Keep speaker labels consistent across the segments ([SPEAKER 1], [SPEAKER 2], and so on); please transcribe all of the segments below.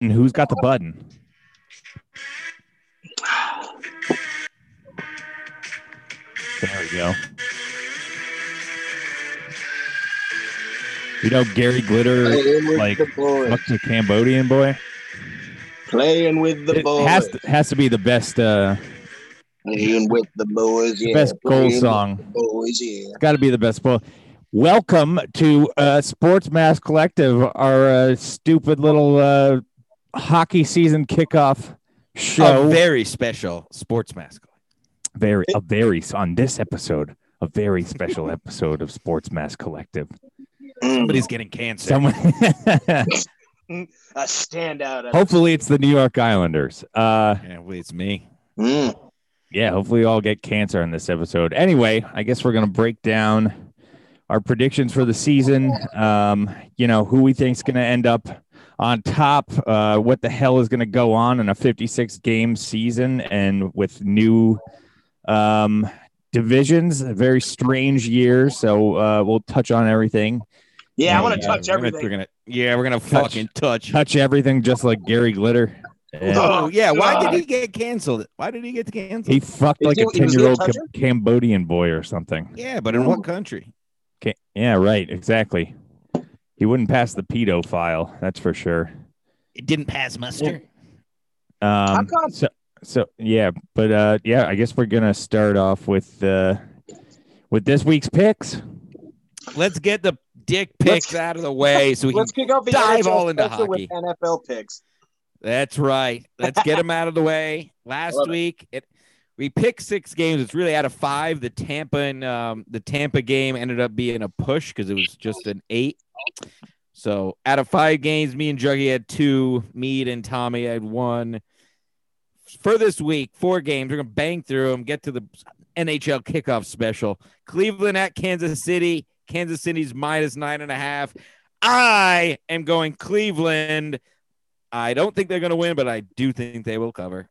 [SPEAKER 1] And who's got the button? There we go. You know Gary Glitter
[SPEAKER 2] Playing with
[SPEAKER 1] like,
[SPEAKER 2] the boys.
[SPEAKER 1] fucked a Cambodian boy.
[SPEAKER 2] Playing with the
[SPEAKER 1] it
[SPEAKER 2] boys.
[SPEAKER 1] has to, has to be the best uh
[SPEAKER 2] Playing with the boys. Yeah.
[SPEAKER 1] best goal
[SPEAKER 2] Playing with
[SPEAKER 1] song.
[SPEAKER 2] the Boys. Yeah.
[SPEAKER 1] Got to be the best bowl. Welcome to uh, Sports Mass Collective, our uh, stupid little uh, hockey season kickoff show.
[SPEAKER 3] A very special sports mascot.
[SPEAKER 1] very, a very on this episode, a very special episode of Sports Mass Collective.
[SPEAKER 2] Mm,
[SPEAKER 3] Somebody's getting cancer.
[SPEAKER 1] Someone,
[SPEAKER 2] a standout.
[SPEAKER 1] hopefully, it's the New York Islanders. Uh,
[SPEAKER 3] Yeah, wait, it's me.
[SPEAKER 2] Mm,
[SPEAKER 1] yeah, hopefully, we all get cancer in this episode. Anyway, I guess we're gonna break down our predictions for the season. Um, you know, who we think's gonna end up on top, uh, what the hell is gonna go on in a 56 game season and with new um, divisions, a very strange year. So uh, we'll touch on everything.
[SPEAKER 2] yeah, I want to
[SPEAKER 3] Yeah,
[SPEAKER 2] touch
[SPEAKER 3] we're gonna-
[SPEAKER 2] everything.
[SPEAKER 3] We're gonna, yeah, we're gonna fucking touch.
[SPEAKER 1] touch everything just like Gary Glitter. And
[SPEAKER 3] Oh yeah, why
[SPEAKER 2] God.
[SPEAKER 3] did he get canceled? Why did he get canceled?
[SPEAKER 1] he fucked
[SPEAKER 2] Is
[SPEAKER 1] like
[SPEAKER 2] he-
[SPEAKER 1] a
[SPEAKER 2] he was
[SPEAKER 1] 10
[SPEAKER 2] a
[SPEAKER 1] year old
[SPEAKER 2] toucher?
[SPEAKER 1] Cambodian boy or something.
[SPEAKER 3] yeah, but in what country?
[SPEAKER 1] Ca yeah, right. Exactly. He wouldn't pass the pedophile. That's for sure.
[SPEAKER 3] It didn't pass muster.
[SPEAKER 1] Um,
[SPEAKER 2] come?
[SPEAKER 1] So, so yeah, but uh, yeah, I guess we're gonna start off with uh, with this week's picks.
[SPEAKER 3] Let's get the dick pics out of the way so we can.
[SPEAKER 2] Let's kick off the
[SPEAKER 3] dive
[SPEAKER 2] NHL
[SPEAKER 3] all into
[SPEAKER 2] special with
[SPEAKER 3] hockey.
[SPEAKER 2] NFL picks.
[SPEAKER 3] That's right. Let's get them out of the way. Last
[SPEAKER 2] Love it.
[SPEAKER 3] week, it we picked six games. It's really out of five. The Tampa and um, the Tampa game ended up being a push because it was just an eight. So out of five games, me and Juggy had two. Mead and Tommy had one. For this week, four games. We're gonna bang through them. Get to the NHL kickoff special. Cleveland at Kansas City. Kansas City's minus nine and a half. I am going Cleveland. I don't think they're going to win, but I do think they will cover.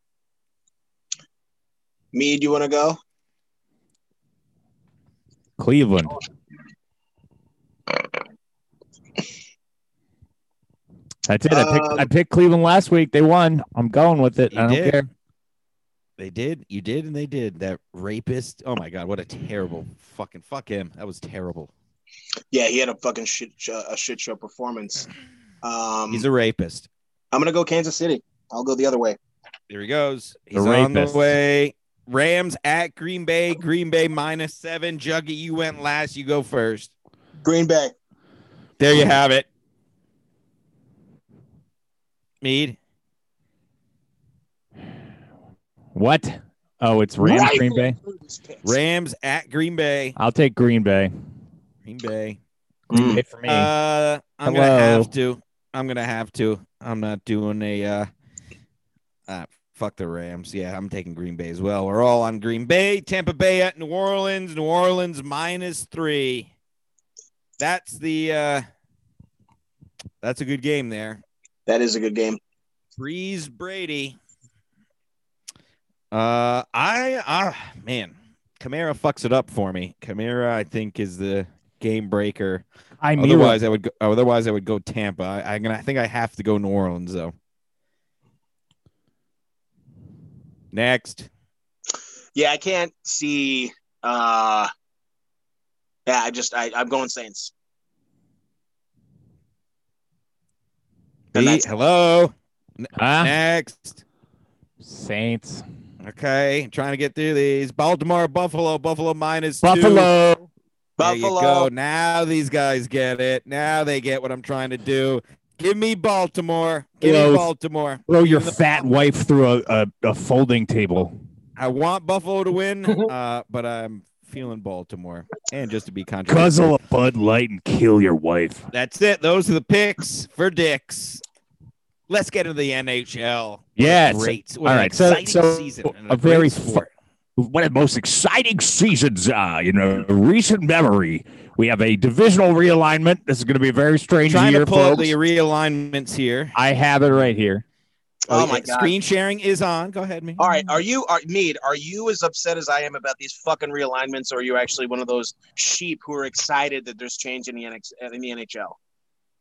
[SPEAKER 2] Mead, you want to go?
[SPEAKER 1] Cleveland. That's it. I picked, I
[SPEAKER 2] Um,
[SPEAKER 1] picked Cleveland last week. They won. I'm going with it.
[SPEAKER 3] You
[SPEAKER 1] I don't
[SPEAKER 3] did.
[SPEAKER 1] care.
[SPEAKER 3] They did. You did, and they did. That rapist. Oh my god, what a terrible fucking fuck him. That was terrible.
[SPEAKER 2] Yeah, he had a fucking shit show, a shit show performance. Um,
[SPEAKER 3] He's a rapist.
[SPEAKER 2] I'm gonna go Kansas City. I'll go the other way.
[SPEAKER 3] There he goes.
[SPEAKER 1] The
[SPEAKER 3] He's on the
[SPEAKER 1] rapist.
[SPEAKER 3] way. Rams at Green Bay. Green Bay minus seven. Juggy, you went last. You go first.
[SPEAKER 2] Green Bay.
[SPEAKER 3] There you have it. Mead.
[SPEAKER 1] What? Oh, it's Rams
[SPEAKER 2] Right.
[SPEAKER 1] Green Bay.
[SPEAKER 3] Rams at Green Bay.
[SPEAKER 1] I'll take Green Bay.
[SPEAKER 3] Green Bay.
[SPEAKER 1] Green
[SPEAKER 2] Mm,
[SPEAKER 1] Bay for me.
[SPEAKER 3] Hmm. Uh, I'm
[SPEAKER 1] Hello.
[SPEAKER 3] gonna have to. I'm gonna have to. I'm not doing a. Uh, uh, fuck the Rams. Yeah, I'm taking Green Bay as well. We're all on Green Bay. Tampa Bay at New Orleans. New Orleans minus three. That's the. Uh, that's a good game there.
[SPEAKER 2] That is a good game.
[SPEAKER 3] Breeze Brady. Uh, I ah man, Kamara fucks it up for me. Kamara, I think, is the game breaker.
[SPEAKER 1] I mean,
[SPEAKER 3] Otherwise, I would. Go, otherwise, I would go Tampa. I, I'm gonna. I think I have to go New Orleans though. Next,
[SPEAKER 2] Yeah, I can't see. uh Yeah, I just I, I'm going Saints. And
[SPEAKER 3] Pete,
[SPEAKER 2] that's-
[SPEAKER 3] E hello.
[SPEAKER 1] huh?
[SPEAKER 3] Next,
[SPEAKER 1] Saints.
[SPEAKER 3] okay. trying to get through these. Baltimore, Buffalo, Buffalo minus two.
[SPEAKER 1] Buffalo.
[SPEAKER 3] There
[SPEAKER 2] Buffalo.
[SPEAKER 3] you go. Now these guys get it. Now they get what I'm trying to do. Give me Baltimore. Give
[SPEAKER 1] Close.
[SPEAKER 3] me Baltimore.
[SPEAKER 1] Throw your fat wife through a, a, a folding table.
[SPEAKER 3] I want Buffalo to win, uh, but I'm feeling Baltimore. And just to be controversial.
[SPEAKER 1] Guzzle a Bud Light and kill your wife.
[SPEAKER 3] That's it. Those are the picks for dicks. Let's get into the NHL.
[SPEAKER 1] Yes.
[SPEAKER 3] Great. What
[SPEAKER 1] All
[SPEAKER 3] an
[SPEAKER 1] right. So-
[SPEAKER 3] exciting
[SPEAKER 1] so
[SPEAKER 3] season and
[SPEAKER 1] a very
[SPEAKER 3] great
[SPEAKER 1] fu-
[SPEAKER 3] sport.
[SPEAKER 1] One of the most exciting seasons uh, in a recent memory. We have a divisional realignment. This is going to be a very strange
[SPEAKER 3] Trying
[SPEAKER 1] year,
[SPEAKER 3] to pull out
[SPEAKER 1] folks.
[SPEAKER 3] the realignments here.
[SPEAKER 1] I have it right here.
[SPEAKER 2] Oh,
[SPEAKER 3] yeah.
[SPEAKER 2] my God.
[SPEAKER 3] Screen sharing is on. Go ahead, me.
[SPEAKER 2] All right, are you are Mead? Are you as upset as I am about these fucking realignments, or are you actually one of those sheep who are excited that there's change in the NX, in the NHL?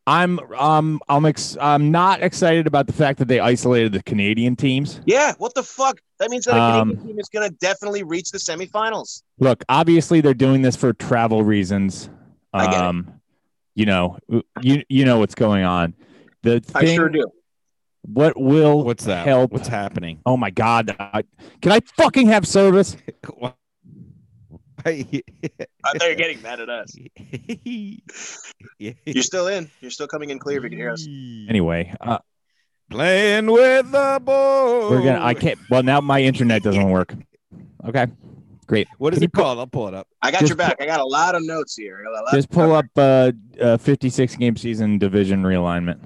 [SPEAKER 1] I'm um I'm ex- I'm not excited about the fact that they isolated the Canadian teams.
[SPEAKER 2] Yeah, what the fuck? That means that a Canadian
[SPEAKER 1] Um,
[SPEAKER 2] team is going to definitely reach the semifinals.
[SPEAKER 1] Look, obviously they're doing this for travel reasons.
[SPEAKER 2] I get it.
[SPEAKER 1] Um, you know, you you know what's going on. The thing,
[SPEAKER 2] do.
[SPEAKER 1] what will
[SPEAKER 3] What's that?
[SPEAKER 1] help?
[SPEAKER 3] What's happening?
[SPEAKER 1] oh my god, I, can I fucking have service?
[SPEAKER 2] I thought you're getting mad at us. You're
[SPEAKER 3] Anyway,
[SPEAKER 2] still in. You're still coming in clear if you can hear us.
[SPEAKER 1] Anyway, uh,
[SPEAKER 3] playing with the ball.
[SPEAKER 1] we're gonna. I
[SPEAKER 2] Oh.
[SPEAKER 1] can't. Well, now my internet doesn't work. Okay, great.
[SPEAKER 3] What is
[SPEAKER 1] Can you
[SPEAKER 3] it called? I'll pull it up.
[SPEAKER 2] I got
[SPEAKER 1] Just
[SPEAKER 2] your back. I got a lot of notes here. I got a lot-
[SPEAKER 1] Just pull up uh, uh 56 game season division realignment.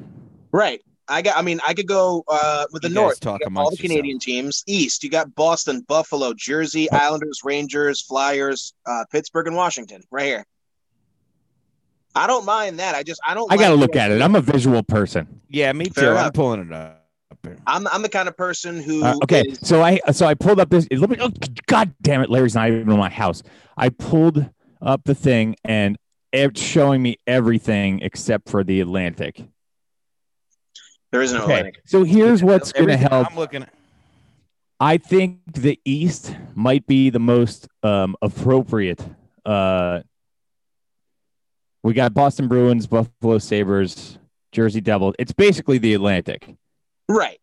[SPEAKER 2] Right. I got. I mean, I could go uh, with the
[SPEAKER 3] You guys
[SPEAKER 2] North.
[SPEAKER 3] talk
[SPEAKER 2] You got all
[SPEAKER 3] amongst
[SPEAKER 2] the Canadian teams. East. You got Boston, Buffalo, Jersey, Islanders, Rangers, Flyers, uh, Pittsburgh, and Washington. Right here. I don't mind that. I just I don't.
[SPEAKER 1] I gotta
[SPEAKER 2] like-
[SPEAKER 1] look at it. I'm a visual person.
[SPEAKER 3] Yeah, me
[SPEAKER 2] Fair
[SPEAKER 3] too. I'm
[SPEAKER 2] enough.
[SPEAKER 3] pulling it up.
[SPEAKER 2] I'm I'm the kind of person who.
[SPEAKER 1] Uh, okay,
[SPEAKER 2] is-
[SPEAKER 1] so I so I pulled up this. Let me. Oh, God damn it, Larry's not even in my house. I pulled up the thing and it's showing me everything except for the Atlantic.
[SPEAKER 2] there is no
[SPEAKER 1] Okay,
[SPEAKER 2] Atlantic.
[SPEAKER 1] so here's what's gonna
[SPEAKER 3] Everything
[SPEAKER 1] help.
[SPEAKER 3] I'm looking at.
[SPEAKER 1] I think the East might be the most um, appropriate. Uh, we got Boston Bruins, Buffalo Sabers, Jersey Devils. It's basically the Atlantic.
[SPEAKER 2] Right.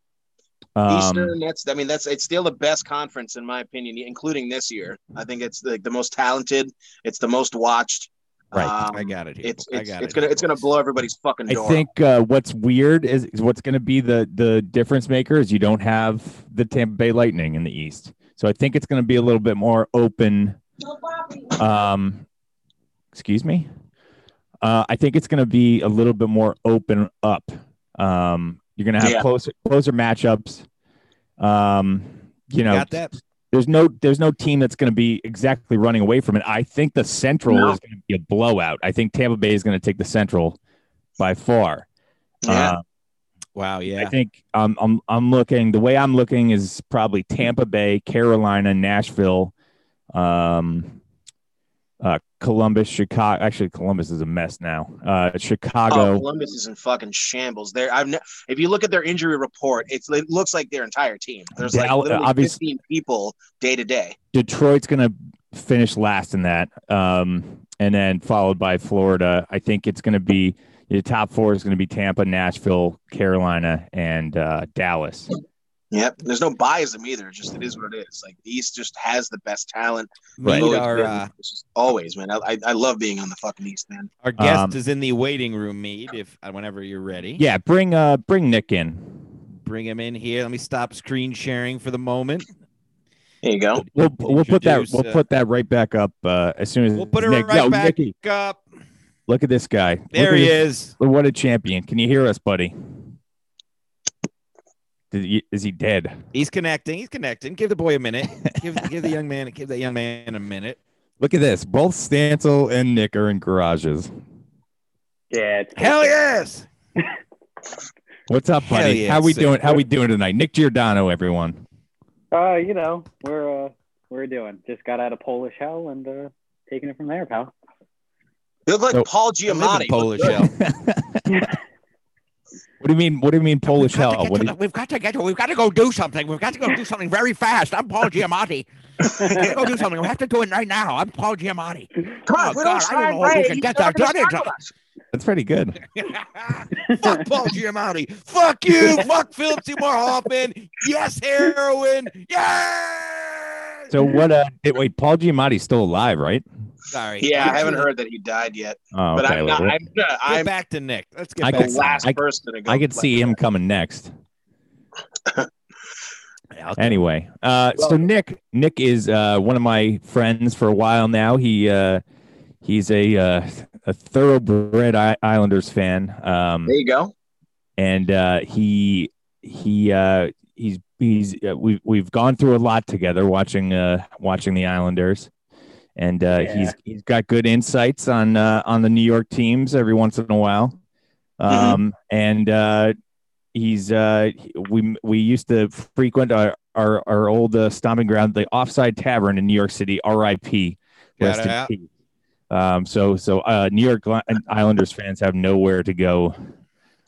[SPEAKER 1] Um,
[SPEAKER 2] Eastern, that's I mean that's it's still the best conference in my opinion, including this year. I think it's like the most talented, it's the most watched.
[SPEAKER 1] Right.
[SPEAKER 2] Um,
[SPEAKER 3] I got it here.
[SPEAKER 2] It's
[SPEAKER 3] I
[SPEAKER 2] it's,
[SPEAKER 3] got
[SPEAKER 2] it's
[SPEAKER 3] it
[SPEAKER 2] gonna
[SPEAKER 3] here,
[SPEAKER 2] it's gonna
[SPEAKER 3] boys.
[SPEAKER 2] blow everybody's fucking
[SPEAKER 1] I
[SPEAKER 2] door.
[SPEAKER 1] think uh, what's weird is, is what's going to be the the difference maker is you don't have the Tampa Bay Lightning in the East, so I think it's going to be a little bit more open. Um, excuse me. Uh, I think it's going to be a little bit more open up. Um, you're going to have
[SPEAKER 2] Yeah.
[SPEAKER 1] closer closer matchups. Um, you know,
[SPEAKER 3] Got that?
[SPEAKER 1] there's no there's no team that's going to be exactly running away from it. I think the Central
[SPEAKER 2] No.
[SPEAKER 1] is going to be a blowout. I think Tampa Bay is going to take the Central by far.
[SPEAKER 2] yeah.
[SPEAKER 1] Uh,
[SPEAKER 3] Wow. Yeah.
[SPEAKER 1] I think um, I'm I'm looking the way I'm looking is probably Tampa Bay, Carolina, Nashville, um, uh, Columbus, Chicago. Actually, Columbus is a mess now. Uh,
[SPEAKER 2] Oh,
[SPEAKER 1] Chicago.
[SPEAKER 2] Columbus is in fucking shambles. There, I've ne- if you look at their injury report, it's, it looks like their entire team. There's like
[SPEAKER 1] Dal-
[SPEAKER 2] literally
[SPEAKER 1] obvious-
[SPEAKER 2] 15 people day to day.
[SPEAKER 1] Detroit's going to finish last in that, um, and then followed by Florida. I think it's going to be the top four is going to be Tampa, Nashville, Carolina, and uh, Dallas.
[SPEAKER 2] Yep, there's no bias in either. Just it is what it is. Like the East just has the best talent.
[SPEAKER 3] Meet
[SPEAKER 2] Always
[SPEAKER 3] our
[SPEAKER 2] been.
[SPEAKER 3] uh,
[SPEAKER 2] It's just always, man. I, I I love being on the fucking East, man.
[SPEAKER 3] our guest
[SPEAKER 1] Um,
[SPEAKER 3] is in the waiting room. Meet if uh, whenever you're ready.
[SPEAKER 1] Yeah, bring uh bring Nick in.
[SPEAKER 3] Bring him in here. Let me stop screen sharing for the moment.
[SPEAKER 2] There you go.
[SPEAKER 1] We'll we'll put that
[SPEAKER 3] Introduce,
[SPEAKER 1] we'll
[SPEAKER 3] uh,
[SPEAKER 1] put that right back up uh, as soon as
[SPEAKER 3] We'll put it
[SPEAKER 1] Nick-
[SPEAKER 3] right
[SPEAKER 1] Yo,
[SPEAKER 3] back
[SPEAKER 1] Nicky,
[SPEAKER 3] uh, up.
[SPEAKER 1] look at this guy. Look
[SPEAKER 3] There
[SPEAKER 1] at
[SPEAKER 3] he
[SPEAKER 1] this-
[SPEAKER 3] is.
[SPEAKER 1] What a champion! Can you hear us, buddy? Did he, is he dead?
[SPEAKER 3] He's connecting. He's connecting. Give the boy a minute. give, give the young man. Give that young man a minute.
[SPEAKER 1] Look at this. Both Stancil and Nick are in garages.
[SPEAKER 4] Yeah. It's
[SPEAKER 3] Hell yes.
[SPEAKER 1] What's up,
[SPEAKER 3] Hell
[SPEAKER 1] buddy?
[SPEAKER 3] yeah,
[SPEAKER 1] How we
[SPEAKER 3] sick.
[SPEAKER 1] doing? How we doing tonight? Nick Giordano, everyone.
[SPEAKER 4] Uh, you know, we're uh, we're doing. Just got out of Polish hell and uh, taking it from there, pal.
[SPEAKER 2] You look like
[SPEAKER 1] So-
[SPEAKER 2] Paul
[SPEAKER 3] I live in
[SPEAKER 2] Giamatti.
[SPEAKER 3] Polish
[SPEAKER 2] Look good.
[SPEAKER 3] hell.
[SPEAKER 1] What do you mean? What do you mean Polish
[SPEAKER 3] We've got to
[SPEAKER 1] hell?
[SPEAKER 3] get
[SPEAKER 1] What
[SPEAKER 3] to
[SPEAKER 1] do
[SPEAKER 3] the-
[SPEAKER 1] you-
[SPEAKER 3] we've got to get. to- We've got to go do something. We've got to go do something very fast. I'm Paul Giamatti. We have to go do oh, something. We have to do it right now. I'm Paul Giamatti.
[SPEAKER 2] Come on,
[SPEAKER 3] Oh,
[SPEAKER 2] we don't
[SPEAKER 3] God, I
[SPEAKER 2] sign
[SPEAKER 3] don't know if we
[SPEAKER 2] Ray.
[SPEAKER 3] can
[SPEAKER 2] He's
[SPEAKER 3] get
[SPEAKER 2] not
[SPEAKER 3] that
[SPEAKER 2] gonna
[SPEAKER 3] done in
[SPEAKER 2] sign
[SPEAKER 3] time.
[SPEAKER 2] with us.
[SPEAKER 1] That's pretty good.
[SPEAKER 3] Fuck Paul Giamatti. Fuck you. Fuck Philip Seymour Hoffman. Yes, heroin. Yes.
[SPEAKER 1] So what? Uh, it- wait, Paul Giamatti's still alive, right?
[SPEAKER 3] Sorry.
[SPEAKER 2] Yeah, I haven't heard that he died yet,
[SPEAKER 1] Oh,
[SPEAKER 2] but
[SPEAKER 1] okay.
[SPEAKER 2] I'm
[SPEAKER 1] well,
[SPEAKER 2] not. I'm, not,
[SPEAKER 3] Get
[SPEAKER 2] I'm
[SPEAKER 3] back to Nick. Let's get
[SPEAKER 1] I
[SPEAKER 3] back.
[SPEAKER 2] the
[SPEAKER 1] can-
[SPEAKER 3] to
[SPEAKER 2] last
[SPEAKER 1] I-
[SPEAKER 2] person to go.
[SPEAKER 1] I could see him coming next.
[SPEAKER 3] Nick.
[SPEAKER 1] Anyway, uh, so
[SPEAKER 2] Well-
[SPEAKER 1] Nick, Nick is uh, one of my friends for a while now. He uh, he's a uh, a thoroughbred I- Islanders fan, um,
[SPEAKER 2] There you go.
[SPEAKER 1] and uh, he he uh, he's he's uh, we've we've gone through a lot together watching uh, watching the Islanders, and uh,
[SPEAKER 4] Yeah.
[SPEAKER 1] he's he's got good insights on uh, on the New York teams every once in a while,
[SPEAKER 3] Mm-hmm.
[SPEAKER 1] um, and uh, he's uh, he- we we used to frequent our our, our old uh, stomping ground, the Offside Tavern in New York City. R.I.P.
[SPEAKER 3] Shout
[SPEAKER 1] Rest in
[SPEAKER 3] out.
[SPEAKER 1] peace. Um, so so uh, New York Li- Islanders fans have nowhere to go,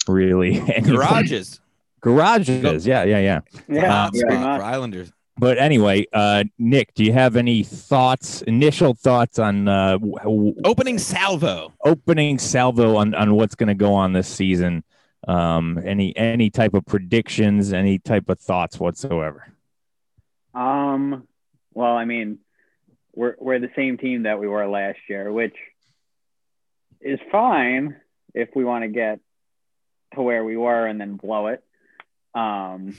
[SPEAKER 1] really.
[SPEAKER 3] Garages.
[SPEAKER 1] garages, yeah, yeah, yeah.
[SPEAKER 4] Yeah,
[SPEAKER 1] Um,
[SPEAKER 3] Hot spot
[SPEAKER 4] pretty much.
[SPEAKER 3] for Islanders.
[SPEAKER 1] But anyway, uh, Nick, do you have any thoughts, initial thoughts on uh, w- w-
[SPEAKER 3] Opening salvo.
[SPEAKER 1] opening salvo on, on what's going to go on this season? Um, any any type of predictions, any type of thoughts whatsoever?
[SPEAKER 4] Um, well, I mean, we're we're the same team that we were last year, which is fine if we want to get to where we were and then blow it. Um,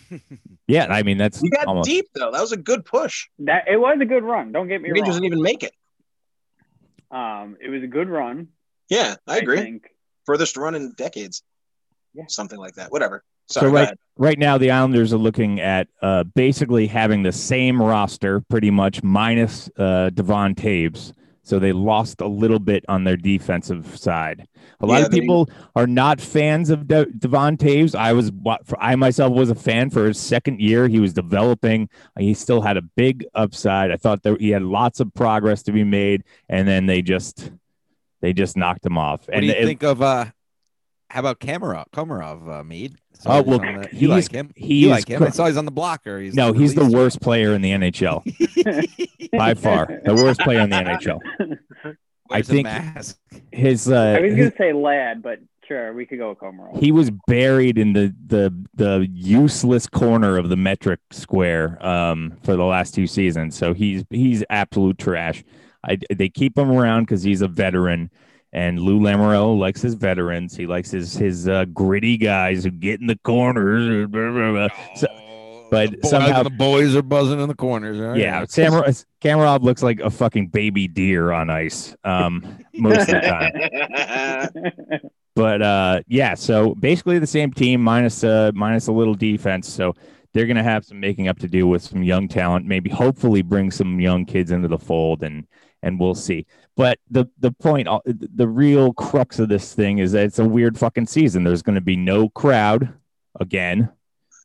[SPEAKER 1] Yeah, I mean that's
[SPEAKER 2] You got
[SPEAKER 1] almost
[SPEAKER 2] deep though. That was a good push.
[SPEAKER 4] that it was a good run. Don't get me
[SPEAKER 2] Rangers
[SPEAKER 4] wrong.
[SPEAKER 2] didn't even make it.
[SPEAKER 4] Um, it was a good run.
[SPEAKER 2] Yeah, I agree.
[SPEAKER 4] think.
[SPEAKER 2] Furthest run in decades.
[SPEAKER 4] Yeah.
[SPEAKER 2] Something like that. Whatever. Sorry.
[SPEAKER 1] So
[SPEAKER 2] go
[SPEAKER 1] right-
[SPEAKER 2] ahead.
[SPEAKER 1] right now. The Islanders are looking at uh, basically having the same roster, pretty much minus uh, Devon Taves. So they lost a little bit on their defensive side. A lot
[SPEAKER 2] Yeah,
[SPEAKER 1] of
[SPEAKER 2] they-
[SPEAKER 1] people are not fans of De- Devon Taves. I was, wa- for- I myself was a fan for his second year. He was developing. He still had a big upside. I thought that he had lots of progress to be made, and then they just, they just knocked him off.
[SPEAKER 3] What
[SPEAKER 1] and
[SPEAKER 3] do you
[SPEAKER 1] it-
[SPEAKER 3] think of uh how about Kamarov Komarov uh Mead?
[SPEAKER 1] Oh,
[SPEAKER 3] Somebody's
[SPEAKER 1] well,
[SPEAKER 3] on the-
[SPEAKER 1] he's-
[SPEAKER 3] you like him.
[SPEAKER 1] he
[SPEAKER 3] You
[SPEAKER 1] is
[SPEAKER 3] like him. I saw he's on the blocker. He's
[SPEAKER 1] No, he's the
[SPEAKER 3] released.
[SPEAKER 1] worst player in the NHL by far. The worst player in the NHL.
[SPEAKER 3] Wears a
[SPEAKER 1] think-
[SPEAKER 3] mask.
[SPEAKER 1] His uh,
[SPEAKER 4] I was
[SPEAKER 1] his-
[SPEAKER 4] gonna say lad, but sure, we could go with Komarov.
[SPEAKER 1] he was buried in the the the useless corner of the metric square um, for the last two seasons. So he's he's absolute trash. I, they keep him around because he's a veteran, and Lou Lamoureux likes his veterans. He likes his his uh, gritty guys who get in the corners. blah, blah, blah. So-
[SPEAKER 3] Oh,
[SPEAKER 1] but
[SPEAKER 3] the boys,
[SPEAKER 1] somehow-
[SPEAKER 3] the boys are buzzing in the corners. all right.
[SPEAKER 1] Yeah, Samar- Kamarov looks like a fucking baby deer on ice um, most of the time.
[SPEAKER 2] Uh,
[SPEAKER 1] But uh, yeah, so basically the same team minus uh, minus a little defense. So they're gonna have some making up to do with some young talent. Maybe hopefully bring some young kids into the fold, and and we'll see. But the the point, uh, the real crux of this thing is that it's a weird fucking season. There's gonna be no crowd again.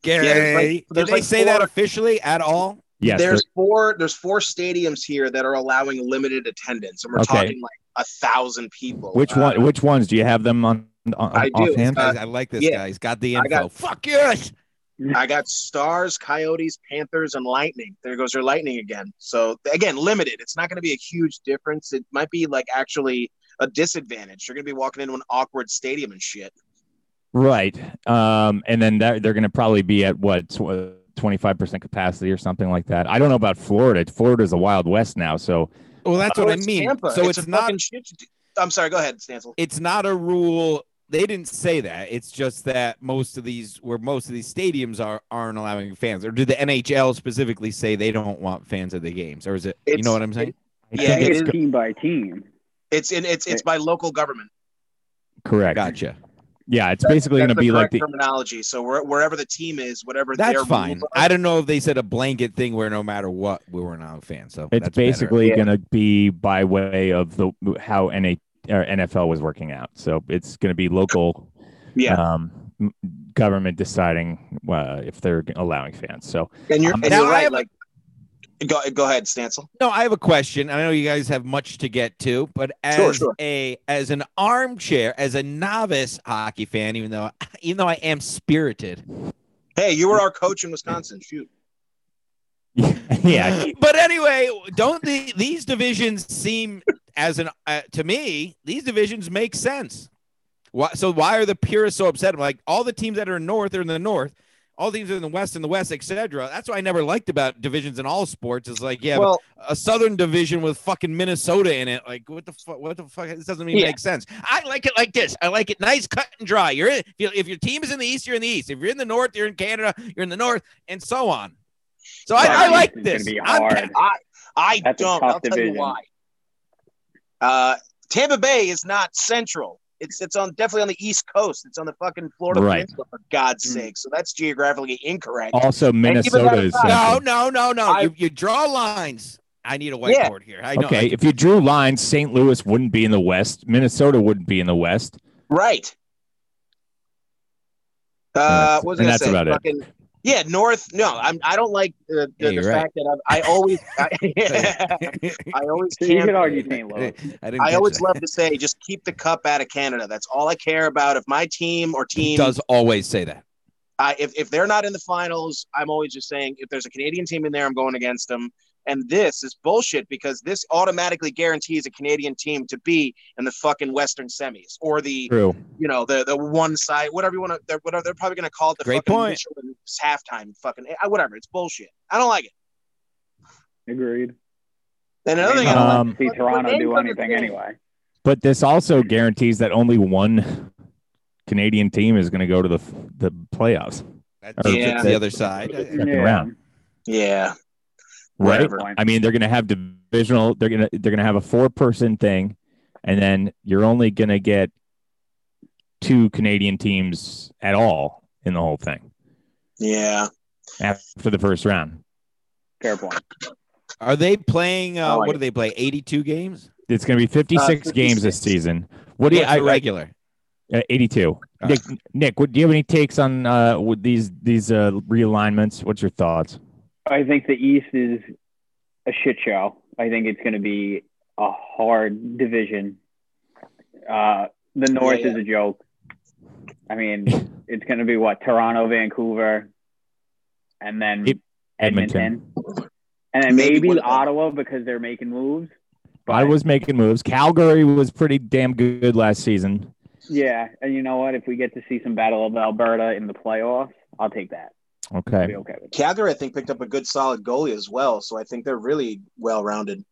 [SPEAKER 3] Gary,
[SPEAKER 2] there's like-
[SPEAKER 3] did
[SPEAKER 2] there's
[SPEAKER 3] they
[SPEAKER 2] like
[SPEAKER 3] say that
[SPEAKER 2] four-
[SPEAKER 3] officially at all?
[SPEAKER 1] Yes,
[SPEAKER 2] there's four there's four stadiums here that are allowing limited attendance, and we're
[SPEAKER 1] Okay.
[SPEAKER 2] talking like a thousand people.
[SPEAKER 1] there- which
[SPEAKER 2] Uh,
[SPEAKER 1] one? Which ones do you have them on? on
[SPEAKER 2] I do.
[SPEAKER 1] Offhand?
[SPEAKER 2] Uh,
[SPEAKER 3] I, I like this
[SPEAKER 2] yeah.
[SPEAKER 3] guy. He's got the
[SPEAKER 2] I
[SPEAKER 3] info.
[SPEAKER 2] got-
[SPEAKER 3] Fuck yes.
[SPEAKER 2] I got Stars, Coyotes, Panthers, and Lightning. There goes your Lightning again. So again, limited. It's not going to be a huge difference. It might be like actually a disadvantage. You're going to be walking into an awkward stadium and shit.
[SPEAKER 1] Right. Um, and then that, they're going to probably be at what twenty five percent capacity or something like that. I don't know about Florida. Florida's a wild west now, so
[SPEAKER 3] Well, that's what
[SPEAKER 2] Oh,
[SPEAKER 3] I
[SPEAKER 2] it's
[SPEAKER 3] mean.
[SPEAKER 2] Tampa.
[SPEAKER 3] So it's,
[SPEAKER 2] a
[SPEAKER 3] not
[SPEAKER 2] fucking shit. I'm sorry. Go ahead, Stancil.
[SPEAKER 3] it's not a rule. They didn't say that. It's just that most of these where most of these stadiums are aren't allowing fans. Or did the NHL specifically say they don't want fans at the games? Or is it you
[SPEAKER 2] It's-
[SPEAKER 3] know what I'm saying?
[SPEAKER 1] I
[SPEAKER 2] Yeah,
[SPEAKER 1] think
[SPEAKER 2] it
[SPEAKER 1] it's
[SPEAKER 2] is-
[SPEAKER 1] co-
[SPEAKER 4] team by team.
[SPEAKER 2] It's in, it's it's by local government.
[SPEAKER 1] correct.
[SPEAKER 3] Gotcha.
[SPEAKER 1] Yeah, it's
[SPEAKER 2] That-
[SPEAKER 1] basically going
[SPEAKER 2] that's
[SPEAKER 1] to
[SPEAKER 2] the
[SPEAKER 1] be like
[SPEAKER 2] correct
[SPEAKER 1] the
[SPEAKER 2] terminology. So where, wherever the team is, whatever
[SPEAKER 3] That's
[SPEAKER 2] their
[SPEAKER 3] fine.
[SPEAKER 2] rules are,
[SPEAKER 3] I don't know if they said a blanket thing where no matter what we were not fans. So
[SPEAKER 1] it's
[SPEAKER 3] that's better.
[SPEAKER 1] basically
[SPEAKER 2] Yeah.
[SPEAKER 1] going to be by way of the how NA, or NFL was working out. So it's going to be local
[SPEAKER 2] yeah.
[SPEAKER 1] um, m- government deciding uh, if they're allowing fans. So
[SPEAKER 2] And you're,
[SPEAKER 1] Um,
[SPEAKER 2] and
[SPEAKER 3] now
[SPEAKER 2] you're
[SPEAKER 3] I
[SPEAKER 2] right.
[SPEAKER 3] have-
[SPEAKER 2] Like, go go ahead, Stancil.
[SPEAKER 3] No, I have a question. I know you guys have much to get to, but as
[SPEAKER 2] Sure, sure.
[SPEAKER 3] a as an armchair, as a novice hockey fan, even though even though I am spirited,
[SPEAKER 2] Hey, you were our coach in Wisconsin. Shoot.
[SPEAKER 1] yeah,
[SPEAKER 3] But anyway, don't the, these divisions seem as an uh, to me these divisions make sense. Why, so why are the purists so upset? I'm like all the teams that are in north are in the north. All the teams are in the west and the west, etc. That's what I never liked about divisions in all sports. It's like, yeah, but
[SPEAKER 2] well,
[SPEAKER 3] a southern division with fucking Minnesota in it. Like, what the fuck? What the fuck? This doesn't even
[SPEAKER 4] Yeah.
[SPEAKER 3] make sense. I like it like this. I like it nice, cut and dry. You're in, if, you- if your team is in the east, you're in the east. If you're in the north, you're in Canada. You're in the north, and so on. So
[SPEAKER 4] Wow,
[SPEAKER 3] I, I like
[SPEAKER 4] this is
[SPEAKER 3] this.
[SPEAKER 4] gonna be
[SPEAKER 3] I'm
[SPEAKER 4] hard.
[SPEAKER 3] pa-
[SPEAKER 2] I I
[SPEAKER 4] That's a
[SPEAKER 2] don't.
[SPEAKER 4] tough
[SPEAKER 2] I'll tell
[SPEAKER 4] division.
[SPEAKER 2] you why. Uh, Tampa Bay is not central. It's it's on definitely on the East Coast. It's on the fucking Florida
[SPEAKER 1] Right.
[SPEAKER 2] Peninsula, for God's
[SPEAKER 4] Mm.
[SPEAKER 2] sake. So that's geographically incorrect.
[SPEAKER 1] also Minnesota is
[SPEAKER 2] aside-
[SPEAKER 1] central.
[SPEAKER 3] no, no, no, no.
[SPEAKER 2] I-
[SPEAKER 3] you, you draw lines. I need a
[SPEAKER 2] Yeah.
[SPEAKER 3] whiteboard here. I know.
[SPEAKER 1] okay, if you drew lines, St. Louis wouldn't be in the West. Minnesota wouldn't be in the West.
[SPEAKER 2] Right. Uh,
[SPEAKER 1] that's-
[SPEAKER 2] what was I
[SPEAKER 1] and
[SPEAKER 2] gonna
[SPEAKER 1] that's
[SPEAKER 2] say?
[SPEAKER 1] about it.
[SPEAKER 2] Fucking- Yeah, North. No, I'm. I don't like the,
[SPEAKER 3] Yeah,
[SPEAKER 2] the,
[SPEAKER 3] you're
[SPEAKER 2] the
[SPEAKER 3] right.
[SPEAKER 2] fact that I've, I always. I, I always
[SPEAKER 4] So you
[SPEAKER 2] can't.
[SPEAKER 4] could argue St.
[SPEAKER 3] I
[SPEAKER 4] Louis.
[SPEAKER 3] didn't
[SPEAKER 2] I
[SPEAKER 3] catch
[SPEAKER 2] always
[SPEAKER 3] that.
[SPEAKER 2] love to say, just keep the cup out of Canada. That's all I care about. If my team or
[SPEAKER 3] He
[SPEAKER 2] team,
[SPEAKER 3] does always say that.
[SPEAKER 2] I, if if they're not in the finals, I'm always just saying, if there's a Canadian team in there, I'm going against them. And this is bullshit because this automatically guarantees a Canadian team to be in the fucking Western semis or the
[SPEAKER 1] True.
[SPEAKER 2] you know the the one side whatever you want to they're whatever they're probably gonna call it the
[SPEAKER 3] Great
[SPEAKER 2] fucking
[SPEAKER 3] point.
[SPEAKER 2] Mitchell and halftime fucking eh, whatever it's bullshit. I don't like it.
[SPEAKER 4] Agreed.
[SPEAKER 2] And another thing, I
[SPEAKER 1] Um,
[SPEAKER 2] don't like,
[SPEAKER 4] I don't see
[SPEAKER 2] but- but
[SPEAKER 4] Toronto
[SPEAKER 2] then
[SPEAKER 4] do
[SPEAKER 2] doesn't
[SPEAKER 4] anything
[SPEAKER 2] say-
[SPEAKER 4] anyway.
[SPEAKER 1] But this also guarantees that only one Canadian team is going to go to the the playoffs,
[SPEAKER 3] That's
[SPEAKER 1] Or
[SPEAKER 2] Yeah.
[SPEAKER 3] the other side.
[SPEAKER 1] Second round.
[SPEAKER 2] yeah,
[SPEAKER 1] right?
[SPEAKER 2] Whatever.
[SPEAKER 1] I mean, they're going to have divisional. They're going to they're going to have a four person thing, and then you're only going to get two Canadian teams at all in the whole thing
[SPEAKER 2] yeah.
[SPEAKER 1] after the first round.
[SPEAKER 4] Fair point.
[SPEAKER 3] Are they playing? Uh,
[SPEAKER 2] I like
[SPEAKER 3] what do they play? Eighty-two games.
[SPEAKER 1] It's going to be 56 games this
[SPEAKER 2] 56.
[SPEAKER 1] season. What do you?
[SPEAKER 3] What's the
[SPEAKER 1] I, I,
[SPEAKER 3] regular.
[SPEAKER 1] uh, 82.
[SPEAKER 3] All
[SPEAKER 1] Nick, Nick, what do you have any takes on uh, with these these uh, realignments? What's your thoughts?
[SPEAKER 4] I think the East is a shit show. I think it's going to be a hard division. Uh, the North
[SPEAKER 2] Yeah, yeah.
[SPEAKER 4] is a joke. I mean, it's going to be what Toronto, Vancouver, and then
[SPEAKER 1] It-
[SPEAKER 4] Edmonton.
[SPEAKER 1] Edmonton.
[SPEAKER 4] and then
[SPEAKER 2] Maybe
[SPEAKER 4] maybe,
[SPEAKER 2] one of them.
[SPEAKER 4] Ottawa because they're making moves.
[SPEAKER 1] I was making moves. Calgary was pretty damn good last season.
[SPEAKER 4] Yeah, and you know what? If we get to see some battle of Alberta in the playoffs, I'll take that. I'll be
[SPEAKER 1] Okay.
[SPEAKER 4] okay with that.
[SPEAKER 2] Calgary, I think, picked up a good solid goalie as well. So I think they're really well rounded.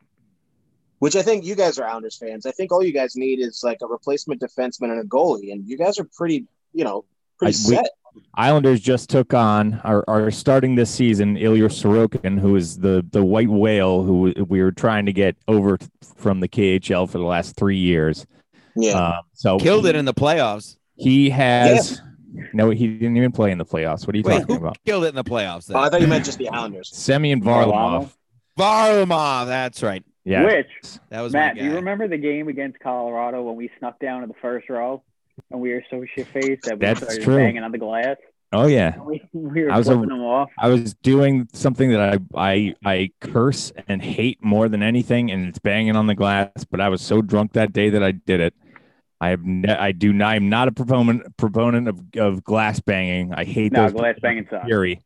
[SPEAKER 2] Which I think you guys are Islanders fans. I think all you guys need is like a replacement defenseman and a goalie, and you guys are pretty, you know, pretty
[SPEAKER 1] I- we-
[SPEAKER 2] set.
[SPEAKER 1] Islanders just took on are, are starting this season Ilya Sorokin, who is the the white whale who we were trying to get over from the KHL for the last three years.
[SPEAKER 2] yeah,
[SPEAKER 1] Um, so
[SPEAKER 3] Killed it in the playoffs.
[SPEAKER 1] He has no. He didn't even play in the playoffs. What are you
[SPEAKER 3] Wait,
[SPEAKER 1] talking
[SPEAKER 3] who
[SPEAKER 1] about?
[SPEAKER 3] killed it in the playoffs?
[SPEAKER 2] oh, I
[SPEAKER 3] Then?
[SPEAKER 2] thought you meant just the Islanders.
[SPEAKER 1] Semyon Varlamov.
[SPEAKER 3] Varlamov. That's right.
[SPEAKER 1] Yeah.
[SPEAKER 4] Which
[SPEAKER 3] That was
[SPEAKER 4] Matt,
[SPEAKER 3] my
[SPEAKER 4] do
[SPEAKER 3] guy.
[SPEAKER 4] you remember the game against Colorado when we snuck down to the first row and we were so shit faced that we
[SPEAKER 1] That's
[SPEAKER 4] started
[SPEAKER 1] true.
[SPEAKER 4] banging on the glass?
[SPEAKER 1] Oh yeah.
[SPEAKER 4] We, we were
[SPEAKER 1] I was
[SPEAKER 4] flipping
[SPEAKER 1] a-
[SPEAKER 4] them off.
[SPEAKER 1] I was doing something that I, I I curse and hate more than anything, and it's banging on the glass. But I was so drunk that day that I did it. I have ne- I do not, I'm not a proponent proponent of, of glass banging. I hate
[SPEAKER 4] No,
[SPEAKER 1] those
[SPEAKER 4] glass
[SPEAKER 1] people
[SPEAKER 4] banging sucks.
[SPEAKER 1] fury.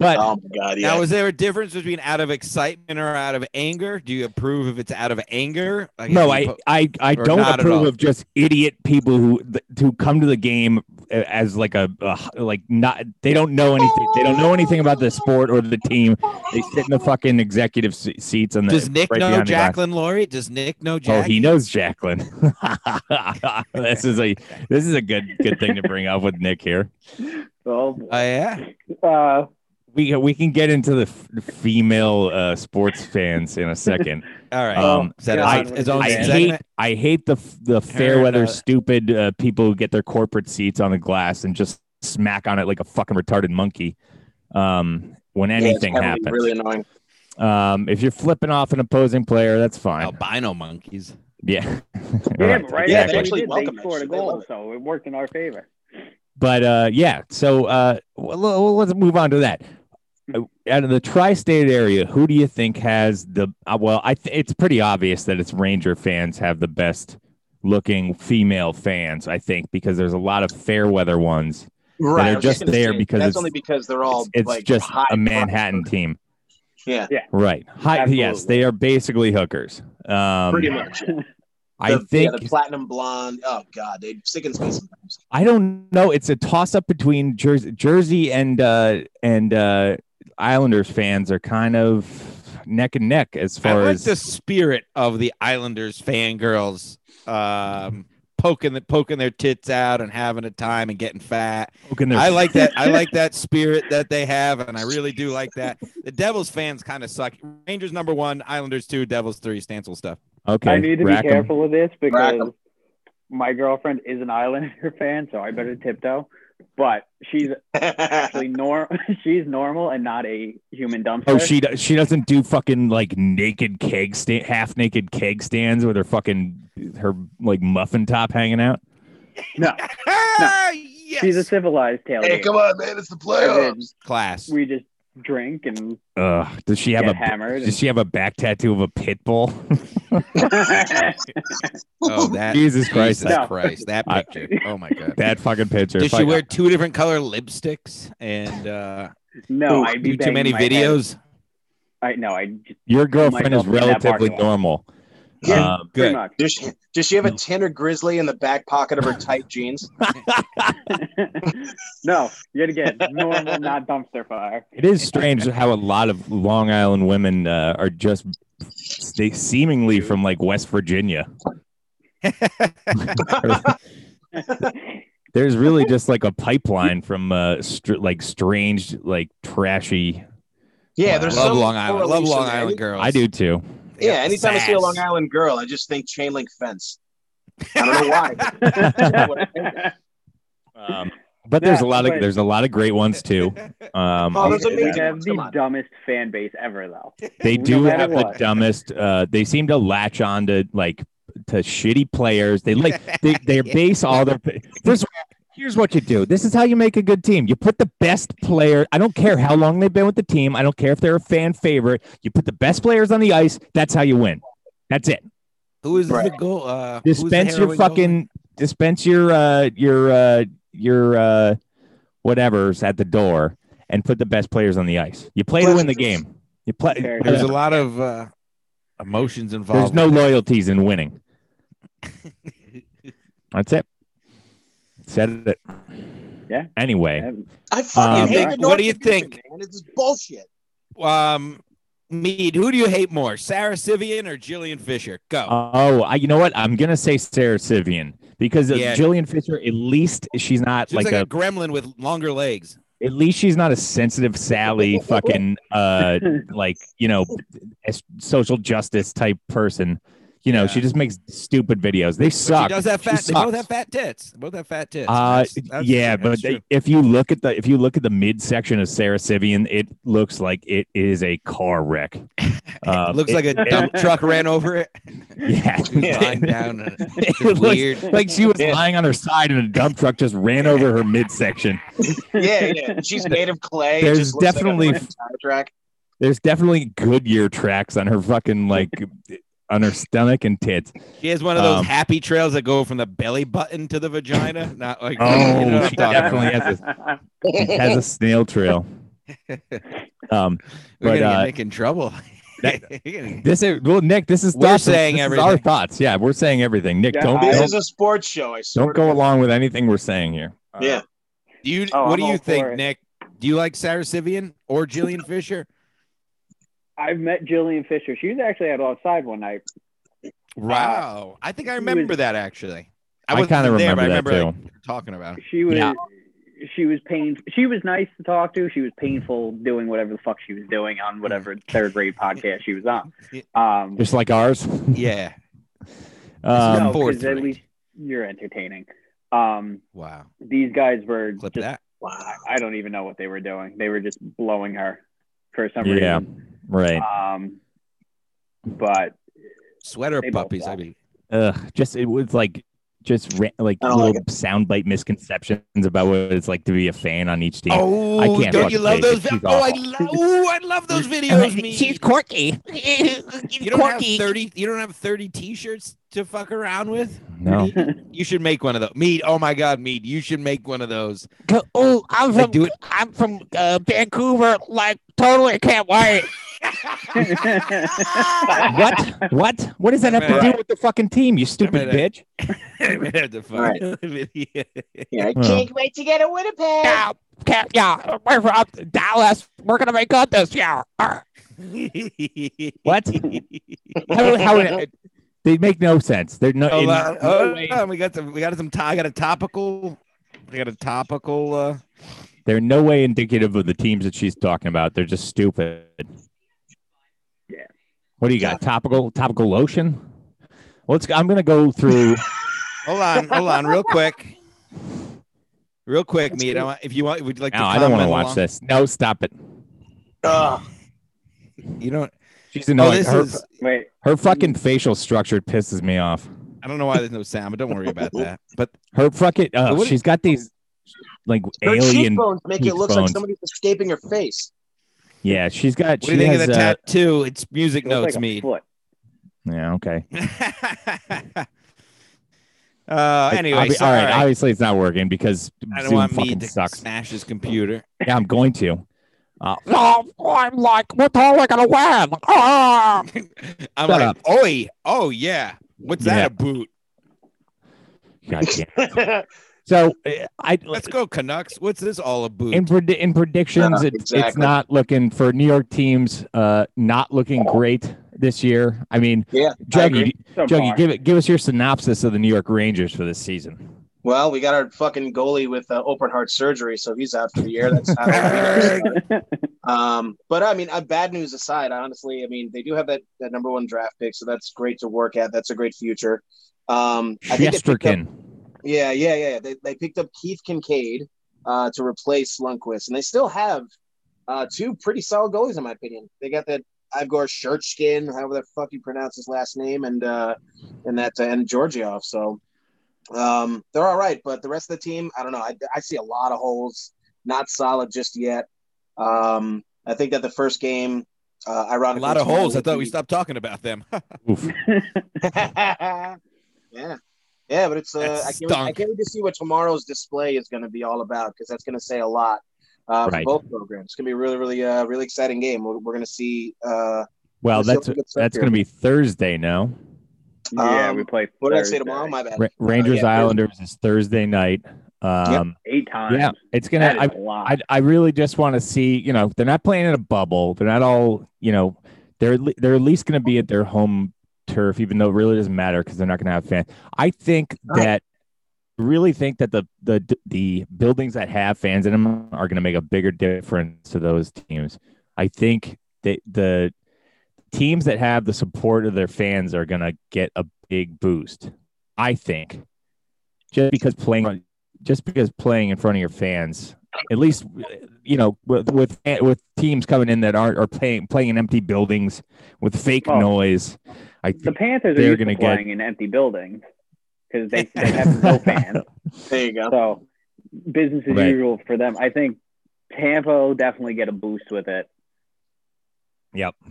[SPEAKER 1] But
[SPEAKER 2] Oh my god, yeah.
[SPEAKER 3] Now, is there a difference between out of excitement or out of anger? Do you approve if it's out of anger? Like,
[SPEAKER 1] no,
[SPEAKER 3] if
[SPEAKER 1] I
[SPEAKER 3] you po-
[SPEAKER 1] I, I
[SPEAKER 3] or
[SPEAKER 1] don't
[SPEAKER 3] not at
[SPEAKER 1] approve
[SPEAKER 3] all.
[SPEAKER 1] of just idiot people who th- who come to the game as like a, a like not they don't know anything. They don't know anything about the sport or the team. They sit in the fucking executive se- seats and the
[SPEAKER 3] Does Nick
[SPEAKER 1] right
[SPEAKER 3] know
[SPEAKER 1] behind the glass.
[SPEAKER 3] Jacqueline Laurie? Does Nick know
[SPEAKER 1] Oh,
[SPEAKER 3] Jack?
[SPEAKER 1] he knows Jacqueline. this is a this is a good good thing to bring up with Nick here.
[SPEAKER 4] So,
[SPEAKER 3] Oh, yeah.
[SPEAKER 4] uh,
[SPEAKER 1] We we can get into the f- female uh, sports fans in a second.
[SPEAKER 3] All right.
[SPEAKER 1] Um,
[SPEAKER 3] Is that
[SPEAKER 1] I-
[SPEAKER 3] his- his own
[SPEAKER 1] I
[SPEAKER 3] segment?
[SPEAKER 1] hate I hate the f- the fair
[SPEAKER 3] Fair
[SPEAKER 1] weather
[SPEAKER 3] enough.
[SPEAKER 1] stupid uh, people who get their corporate seats on the glass and just smack on it like a fucking retarded monkey. Um, when
[SPEAKER 2] Yeah, it's
[SPEAKER 1] anything
[SPEAKER 2] probably
[SPEAKER 1] happens,
[SPEAKER 2] Really annoying.
[SPEAKER 1] um, if you're flipping off an opposing player, that's fine.
[SPEAKER 3] albino monkeys.
[SPEAKER 1] Yeah,
[SPEAKER 4] yeah,
[SPEAKER 1] Right,
[SPEAKER 4] but right
[SPEAKER 2] Yeah,
[SPEAKER 4] after
[SPEAKER 2] they
[SPEAKER 4] we
[SPEAKER 2] actually
[SPEAKER 4] did,
[SPEAKER 2] welcome
[SPEAKER 4] they
[SPEAKER 2] it.
[SPEAKER 4] scored a
[SPEAKER 2] They love
[SPEAKER 4] goal,
[SPEAKER 2] it.
[SPEAKER 4] so it worked in our favor.
[SPEAKER 1] but uh, yeah, so uh, well, well, let's move on to that. Uh, Out of the tri-state area, who do you think has the? Uh, well, I th- it's pretty obvious that it's Ranger fans have the best looking female fans. I think because there's a lot of fair weather ones.
[SPEAKER 2] Right,
[SPEAKER 1] they're
[SPEAKER 2] I was
[SPEAKER 1] just
[SPEAKER 2] gonna
[SPEAKER 1] there
[SPEAKER 2] say,
[SPEAKER 1] because
[SPEAKER 2] that's
[SPEAKER 1] it's-
[SPEAKER 2] only because they're all
[SPEAKER 1] it's, it's
[SPEAKER 2] like
[SPEAKER 1] just
[SPEAKER 2] high
[SPEAKER 1] a Manhattan
[SPEAKER 2] priced.
[SPEAKER 1] team,
[SPEAKER 2] Yeah,
[SPEAKER 1] right? Hi, yes,
[SPEAKER 4] Absolutely.
[SPEAKER 1] they are basically hookers. Um,
[SPEAKER 2] pretty much.
[SPEAKER 1] I
[SPEAKER 2] The-
[SPEAKER 1] think
[SPEAKER 2] yeah, the platinum blonde. Oh god, they sickens me sometimes.
[SPEAKER 1] I don't know. It's a toss up between Jersey, Jersey and uh, and uh, Islanders fans are kind of neck and neck as
[SPEAKER 3] I
[SPEAKER 1] far
[SPEAKER 3] like
[SPEAKER 1] as
[SPEAKER 3] the spirit of the Islanders fangirls um, poking the, poking their tits out and having a time and getting fat.
[SPEAKER 1] poking their
[SPEAKER 3] I like that. I like that spirit that they have, and I really do like that. The Devils fans kind of suck. Rangers number one, Islanders two, Devils three, Stancil stuff.
[SPEAKER 1] okay.
[SPEAKER 4] I need to
[SPEAKER 1] rack
[SPEAKER 4] be
[SPEAKER 1] 'em.
[SPEAKER 4] careful with this because
[SPEAKER 2] Rack 'em.
[SPEAKER 4] my girlfriend is an Islander fan, so I better tiptoe. But she's actually norm. she's normal and not a human dumpster.
[SPEAKER 1] Oh, she do- she doesn't do fucking like naked keg stand, half naked keg stands with her fucking her like muffin top hanging out.
[SPEAKER 4] no.
[SPEAKER 3] Ah, Yes.
[SPEAKER 4] She's a civilized
[SPEAKER 2] Hey,
[SPEAKER 4] tailgate.
[SPEAKER 2] come on, man! It's the
[SPEAKER 4] And
[SPEAKER 2] playoffs.
[SPEAKER 3] Class.
[SPEAKER 4] then we just drink and
[SPEAKER 1] Uh, does she have
[SPEAKER 4] get
[SPEAKER 1] a
[SPEAKER 4] hammered.
[SPEAKER 1] does she have a back tattoo of a pit bull?
[SPEAKER 4] and-
[SPEAKER 3] Oh, that.
[SPEAKER 1] Jesus Christ,
[SPEAKER 3] Jesus
[SPEAKER 1] that,
[SPEAKER 4] No.
[SPEAKER 3] Christ. That
[SPEAKER 1] I-
[SPEAKER 3] picture. Oh, my God.
[SPEAKER 1] that fucking picture.
[SPEAKER 3] Does she
[SPEAKER 1] Fuck.
[SPEAKER 3] wear two different color lipsticks and uh,
[SPEAKER 4] no,
[SPEAKER 2] Ooh,
[SPEAKER 4] I'd be
[SPEAKER 3] do too
[SPEAKER 4] banging
[SPEAKER 3] many
[SPEAKER 4] my head.
[SPEAKER 3] videos?
[SPEAKER 4] I no, I just
[SPEAKER 1] Your girlfriend is
[SPEAKER 4] myself in that
[SPEAKER 1] relatively
[SPEAKER 4] parking lot.
[SPEAKER 1] normal.
[SPEAKER 2] Yeah.
[SPEAKER 1] Um,
[SPEAKER 4] pretty
[SPEAKER 3] Good.
[SPEAKER 4] much.
[SPEAKER 2] Does she, does she have a tin or grizzly in the back pocket of her tight jeans?
[SPEAKER 4] no, yet again, normal, not dumpster fire.
[SPEAKER 1] It is strange how a lot of Long Island women uh, are just they seemingly from like West Virginia. There's really just like a pipeline from uh, str- like strange, like trashy.
[SPEAKER 2] Yeah, there's
[SPEAKER 3] love
[SPEAKER 2] some
[SPEAKER 3] Long Island. I love
[SPEAKER 2] correlation
[SPEAKER 3] Long
[SPEAKER 2] there.
[SPEAKER 3] Island girls.
[SPEAKER 1] I do too.
[SPEAKER 3] They
[SPEAKER 2] Yeah,
[SPEAKER 3] got
[SPEAKER 2] anytime I see a
[SPEAKER 3] sass.
[SPEAKER 2] Long Island girl, I just think chain link fence. I don't know why.
[SPEAKER 1] Um, but there's a lot of
[SPEAKER 4] But-
[SPEAKER 1] there's a lot of great ones too. Um,
[SPEAKER 2] Oh, there's
[SPEAKER 4] They
[SPEAKER 2] amazing
[SPEAKER 4] have
[SPEAKER 2] ones,
[SPEAKER 4] the
[SPEAKER 2] come on.
[SPEAKER 4] dumbest fan base ever, though.
[SPEAKER 1] they
[SPEAKER 4] No
[SPEAKER 1] do
[SPEAKER 4] matter
[SPEAKER 1] have
[SPEAKER 4] what.
[SPEAKER 1] the dumbest. Uh, they seem to latch on to like to shitty players. They like they they base all their. This here's what you do. This is how you make a good team. You put the best player. I don't care how long they've been with the team. I don't care if they're a fan favorite. You put the best players on the ice. That's how you win. That's it.
[SPEAKER 3] Who is the
[SPEAKER 2] Right.
[SPEAKER 3] goal? Uh, who's the
[SPEAKER 1] Dispense your
[SPEAKER 3] heroine goalie?
[SPEAKER 1] fucking dispense your uh your uh your uh whatever's at the door and put the best players on the ice. You play to win the
[SPEAKER 2] Pleasantries.
[SPEAKER 1] game. You play.
[SPEAKER 4] Fair
[SPEAKER 3] There's a lot of uh, emotions
[SPEAKER 1] There's
[SPEAKER 3] involved.
[SPEAKER 1] no loyalties in winning. That's it. Said it.
[SPEAKER 4] Yeah.
[SPEAKER 1] Anyway,
[SPEAKER 4] And-
[SPEAKER 2] I fucking
[SPEAKER 1] Um,
[SPEAKER 2] hate
[SPEAKER 4] what
[SPEAKER 2] the North
[SPEAKER 3] do you
[SPEAKER 2] Division,
[SPEAKER 3] think?
[SPEAKER 2] Man. This is bullshit.
[SPEAKER 3] um, Mead, who do you hate more, Sarah Sivian or Jillian Fisher? Go.
[SPEAKER 1] oh, I, you know what? I'm gonna say Sarah Sivian because
[SPEAKER 3] Yeah.
[SPEAKER 1] Jillian Fisher. At least she's not
[SPEAKER 3] She's
[SPEAKER 1] like,
[SPEAKER 3] like, a,
[SPEAKER 1] a,
[SPEAKER 3] gremlin with longer legs.
[SPEAKER 1] At least she's not a sensitive Sally, fucking uh, like you know, as social justice type person. You know,
[SPEAKER 3] Yeah.
[SPEAKER 1] she just makes stupid videos. They
[SPEAKER 3] But
[SPEAKER 1] suck.
[SPEAKER 3] she does have
[SPEAKER 1] She
[SPEAKER 3] fat. They both
[SPEAKER 1] sucks.
[SPEAKER 3] have fat tits. They both have fat tits.
[SPEAKER 1] Uh,
[SPEAKER 3] That's- that's-
[SPEAKER 1] yeah,
[SPEAKER 3] that's
[SPEAKER 1] but
[SPEAKER 3] true.
[SPEAKER 1] they- if you look at the if you look at the midsection of Sarah Sivian, it looks like it is a car wreck. Uh,
[SPEAKER 3] it looks like a dump truck ran over it.
[SPEAKER 1] yeah,
[SPEAKER 3] Lying down. and-
[SPEAKER 1] It
[SPEAKER 3] It's
[SPEAKER 1] looks
[SPEAKER 3] weird.
[SPEAKER 1] like she was
[SPEAKER 2] Yeah.
[SPEAKER 1] lying on her side and a dump truck just ran over her midsection.
[SPEAKER 2] Yeah, yeah. She's made of clay. It
[SPEAKER 1] There's
[SPEAKER 2] just looks like a
[SPEAKER 1] definitely-
[SPEAKER 2] fucking tire track.
[SPEAKER 1] There's definitely Goodyear tracks on her fucking like on her stomach and tits.
[SPEAKER 3] She has one of those
[SPEAKER 1] Um,
[SPEAKER 3] happy trails that go from the belly button to the vagina. Not like
[SPEAKER 1] Oh,
[SPEAKER 3] you know what I'm
[SPEAKER 1] she
[SPEAKER 3] talking about.
[SPEAKER 1] definitely has It has a snail trail. Um, but,
[SPEAKER 3] We're gonna get
[SPEAKER 1] uh,
[SPEAKER 3] Nick in trouble.
[SPEAKER 1] that-
[SPEAKER 3] You're gonna-
[SPEAKER 1] this is well, Nick. This is
[SPEAKER 3] We're
[SPEAKER 1] thoughts.
[SPEAKER 3] saying
[SPEAKER 1] This is our
[SPEAKER 3] everything.
[SPEAKER 1] thoughts. Yeah, we're saying everything. Nick,
[SPEAKER 4] Yeah,
[SPEAKER 1] don't
[SPEAKER 4] I-
[SPEAKER 2] This
[SPEAKER 1] don't,
[SPEAKER 2] is a sports show. I swear.
[SPEAKER 1] don't go along with anything we're saying here.
[SPEAKER 2] to-
[SPEAKER 3] Uh,
[SPEAKER 2] Yeah.
[SPEAKER 3] Do you?
[SPEAKER 4] Oh,
[SPEAKER 3] what
[SPEAKER 4] I'm
[SPEAKER 3] do you
[SPEAKER 4] all for
[SPEAKER 3] think,
[SPEAKER 4] it.
[SPEAKER 3] Nick? Do you like Sarah Sivian or Jillian Fisher?
[SPEAKER 4] I've met Jillian Fisher. She was actually out outside one night.
[SPEAKER 3] Wow, I think I
[SPEAKER 4] she was-
[SPEAKER 3] remember that actually.
[SPEAKER 1] I
[SPEAKER 3] wasn't
[SPEAKER 1] kinda
[SPEAKER 3] there, but I
[SPEAKER 1] remember that,
[SPEAKER 3] remember like, talking about. It.
[SPEAKER 4] She was
[SPEAKER 1] Yeah.
[SPEAKER 4] she was pain. She was nice to talk to. She was painful doing whatever the fuck she was doing on whatever third grade podcast she was on. Um,
[SPEAKER 1] Just like ours.
[SPEAKER 3] Yeah.
[SPEAKER 1] Um,
[SPEAKER 4] No, 'cause
[SPEAKER 3] Fourth
[SPEAKER 4] at
[SPEAKER 3] rate.
[SPEAKER 4] least- you're entertaining. Um,
[SPEAKER 3] Wow.
[SPEAKER 4] these guys were
[SPEAKER 3] Clip
[SPEAKER 4] just
[SPEAKER 3] that.
[SPEAKER 2] Wow.
[SPEAKER 4] I don't even know what they were doing. They were just blowing her for some
[SPEAKER 1] Yeah.
[SPEAKER 4] reason.
[SPEAKER 1] right.
[SPEAKER 4] Um, but
[SPEAKER 3] Sweater
[SPEAKER 4] They both
[SPEAKER 3] puppies. I
[SPEAKER 4] suck.
[SPEAKER 3] mean,
[SPEAKER 1] Ugh, just it was like just ra- like
[SPEAKER 2] I don't
[SPEAKER 1] little
[SPEAKER 2] like
[SPEAKER 1] soundbite misconceptions about what it's like to be a fan on each team.
[SPEAKER 3] oh,
[SPEAKER 1] can't
[SPEAKER 3] don't you
[SPEAKER 1] fucking
[SPEAKER 3] love
[SPEAKER 1] take it.
[SPEAKER 3] those?
[SPEAKER 1] She's
[SPEAKER 3] vi- oh, I
[SPEAKER 1] awful.
[SPEAKER 3] love. Oh, I love those videos. Me.
[SPEAKER 1] quirky.
[SPEAKER 3] You don't have thirty. You don't have thirty T-shirts to fuck around with.
[SPEAKER 1] No.
[SPEAKER 3] You should make one of those. Mead. Oh my God, Mead. You should make one of those.
[SPEAKER 1] Oh, I'm
[SPEAKER 3] Like, do it.
[SPEAKER 1] I'm from uh, Vancouver. Like totally can't wait. what? What? What does that have to do with the fucking team? You stupid
[SPEAKER 3] Remember that.
[SPEAKER 1] bitch.
[SPEAKER 3] I'm gonna have to find it.
[SPEAKER 2] Yeah, I
[SPEAKER 1] Well.
[SPEAKER 2] can't wait to get a Winnipeg.
[SPEAKER 1] Yeah, can't, yeah. We're from Dallas. We're gonna make good this year. Arr. What? how, how they make no sense. They're no.
[SPEAKER 3] Hold
[SPEAKER 1] in-
[SPEAKER 3] on.
[SPEAKER 1] Oh, no
[SPEAKER 3] Oh, Hold
[SPEAKER 1] way-
[SPEAKER 3] on. We got some. We got some. to- I got a topical. I got a topical. Uh,
[SPEAKER 1] They're in no way indicative of the teams that she's talking about. They're just stupid.
[SPEAKER 4] Yeah.
[SPEAKER 1] What do you got? Topical topical lotion. Let's. go- I'm gonna go through.
[SPEAKER 3] hold on. Hold on. Real quick. Real quick, me. If you want, would you like
[SPEAKER 1] no,
[SPEAKER 3] to?
[SPEAKER 1] I don't want to
[SPEAKER 3] comment
[SPEAKER 1] watch
[SPEAKER 3] along?
[SPEAKER 1] this. No, stop it.
[SPEAKER 2] Ugh.
[SPEAKER 3] You don't.
[SPEAKER 1] She's
[SPEAKER 3] No,
[SPEAKER 1] annoying.
[SPEAKER 3] Oh, this
[SPEAKER 1] her,
[SPEAKER 3] is.
[SPEAKER 4] wait,
[SPEAKER 1] her fucking facial structure pisses me off.
[SPEAKER 3] I don't know why there's no sound, but don't worry about that. But
[SPEAKER 1] Her fucking. Uh,
[SPEAKER 3] What-
[SPEAKER 1] she's got these. like
[SPEAKER 2] Her
[SPEAKER 1] alien.
[SPEAKER 2] cheekbones make it look like
[SPEAKER 1] cheekbones.
[SPEAKER 2] somebody's escaping her face.
[SPEAKER 1] Yeah, she's got.
[SPEAKER 3] What
[SPEAKER 1] she
[SPEAKER 3] do you think of
[SPEAKER 1] has,
[SPEAKER 3] the
[SPEAKER 1] uh,
[SPEAKER 3] tattoo? It's music
[SPEAKER 4] It
[SPEAKER 3] notes,
[SPEAKER 4] looks like a
[SPEAKER 3] me.
[SPEAKER 4] foot.
[SPEAKER 1] yeah, okay.
[SPEAKER 3] uh, anyway,
[SPEAKER 1] Obvi-
[SPEAKER 3] sorry.
[SPEAKER 1] all right. Obviously, it's not working because
[SPEAKER 3] I don't
[SPEAKER 1] Zoom
[SPEAKER 3] want me
[SPEAKER 1] fucking
[SPEAKER 3] to
[SPEAKER 1] sucks.
[SPEAKER 3] smash his computer.
[SPEAKER 1] Yeah, I'm going to. Uh, no, I'm like, what the hell am I gonna win? Ah!
[SPEAKER 3] I'm
[SPEAKER 1] Shut
[SPEAKER 3] like,
[SPEAKER 1] up.
[SPEAKER 3] oi, oh yeah, what's
[SPEAKER 1] Yeah.
[SPEAKER 3] that about?
[SPEAKER 1] God damn. So uh, I
[SPEAKER 3] Let's go Canucks. What's this all about?
[SPEAKER 1] in pred- in predictions,
[SPEAKER 2] Yeah,
[SPEAKER 1] it's it's
[SPEAKER 2] exactly.
[SPEAKER 1] not looking for New York teams. Uh, not looking great this year. I mean,
[SPEAKER 2] Yeah, I
[SPEAKER 1] Juggy,
[SPEAKER 2] agree.
[SPEAKER 4] So
[SPEAKER 1] Juggy,
[SPEAKER 4] far.
[SPEAKER 1] give it, give us your synopsis of the New York Rangers for this season.
[SPEAKER 2] well, we got our fucking goalie with uh, open heart surgery, so he's out for the year. That's not. Um, but I mean, uh, bad news aside, honestly, I mean, they do have that, that number one draft pick, so that's great to work at. That's a great future. Um, I think they picked up,
[SPEAKER 1] Shesterkin.
[SPEAKER 2] yeah, yeah, yeah. They, they picked up Keith Kincaid uh, to replace Lundqvist, and they still have uh, two pretty solid goalies, in my opinion. They got that Ivor Shurchkin, however the fuck you pronounce his last name, and uh, and that uh, and Georgiev. So um, they're all right, but the rest of the team, I don't know. I, I see a lot of holes. Not solid just yet. Um, I think that the first game, uh,
[SPEAKER 3] a
[SPEAKER 2] ironically,
[SPEAKER 3] lot of
[SPEAKER 2] tomorrow
[SPEAKER 3] holes. I
[SPEAKER 2] will
[SPEAKER 3] thought
[SPEAKER 2] be-
[SPEAKER 3] we stopped talking about them.
[SPEAKER 1] Oof.
[SPEAKER 2] yeah, yeah, but it's uh,
[SPEAKER 3] That
[SPEAKER 2] I can't, I
[SPEAKER 3] stunk.
[SPEAKER 2] can't wait to see what tomorrow's display is going to be all about because that's going to say a lot uh,
[SPEAKER 1] Right.
[SPEAKER 2] for both programs. It's going to be a really, really, uh, really exciting game. We're, we're going to see. Uh,
[SPEAKER 1] Well,
[SPEAKER 2] we'll see what
[SPEAKER 1] that's
[SPEAKER 2] we get stuck
[SPEAKER 1] that's
[SPEAKER 2] here.
[SPEAKER 1] going to be Thursday. No,
[SPEAKER 4] yeah,
[SPEAKER 2] Um,
[SPEAKER 4] we play.
[SPEAKER 2] what did I
[SPEAKER 4] Thursday.
[SPEAKER 2] say tomorrow? My bad.
[SPEAKER 1] Ra- Rangers
[SPEAKER 2] yeah,
[SPEAKER 1] Islanders is Thursday night. Um,
[SPEAKER 4] Eight times.
[SPEAKER 1] yeah, it's gonna.
[SPEAKER 4] That is
[SPEAKER 1] I,
[SPEAKER 4] a lot.
[SPEAKER 1] I I really just want to see. You know, they're not playing in a bubble. They're not all. You know, they're at le- they're at least going to be at their home turf, even though it really doesn't matter because they're not going to have fans. I think
[SPEAKER 2] Right.
[SPEAKER 1] that really think that the the the buildings that have fans in them are going to make a bigger difference to those teams. I think that the teams that have the support of their fans are going to get a big boost. I think just because playing just because playing in front of your fans, at least you know with with, with teams coming in that aren't are playing playing in empty buildings with fake
[SPEAKER 4] Oh.
[SPEAKER 1] noise. I
[SPEAKER 4] the Panthers are
[SPEAKER 1] They're
[SPEAKER 4] used
[SPEAKER 1] gonna
[SPEAKER 4] to
[SPEAKER 1] get-
[SPEAKER 4] playing in empty buildings because they, they have no fans.
[SPEAKER 2] There you go.
[SPEAKER 4] So business as
[SPEAKER 1] Right.
[SPEAKER 4] usual for them. I think Tampa will definitely get a boost with it.
[SPEAKER 1] Yep. I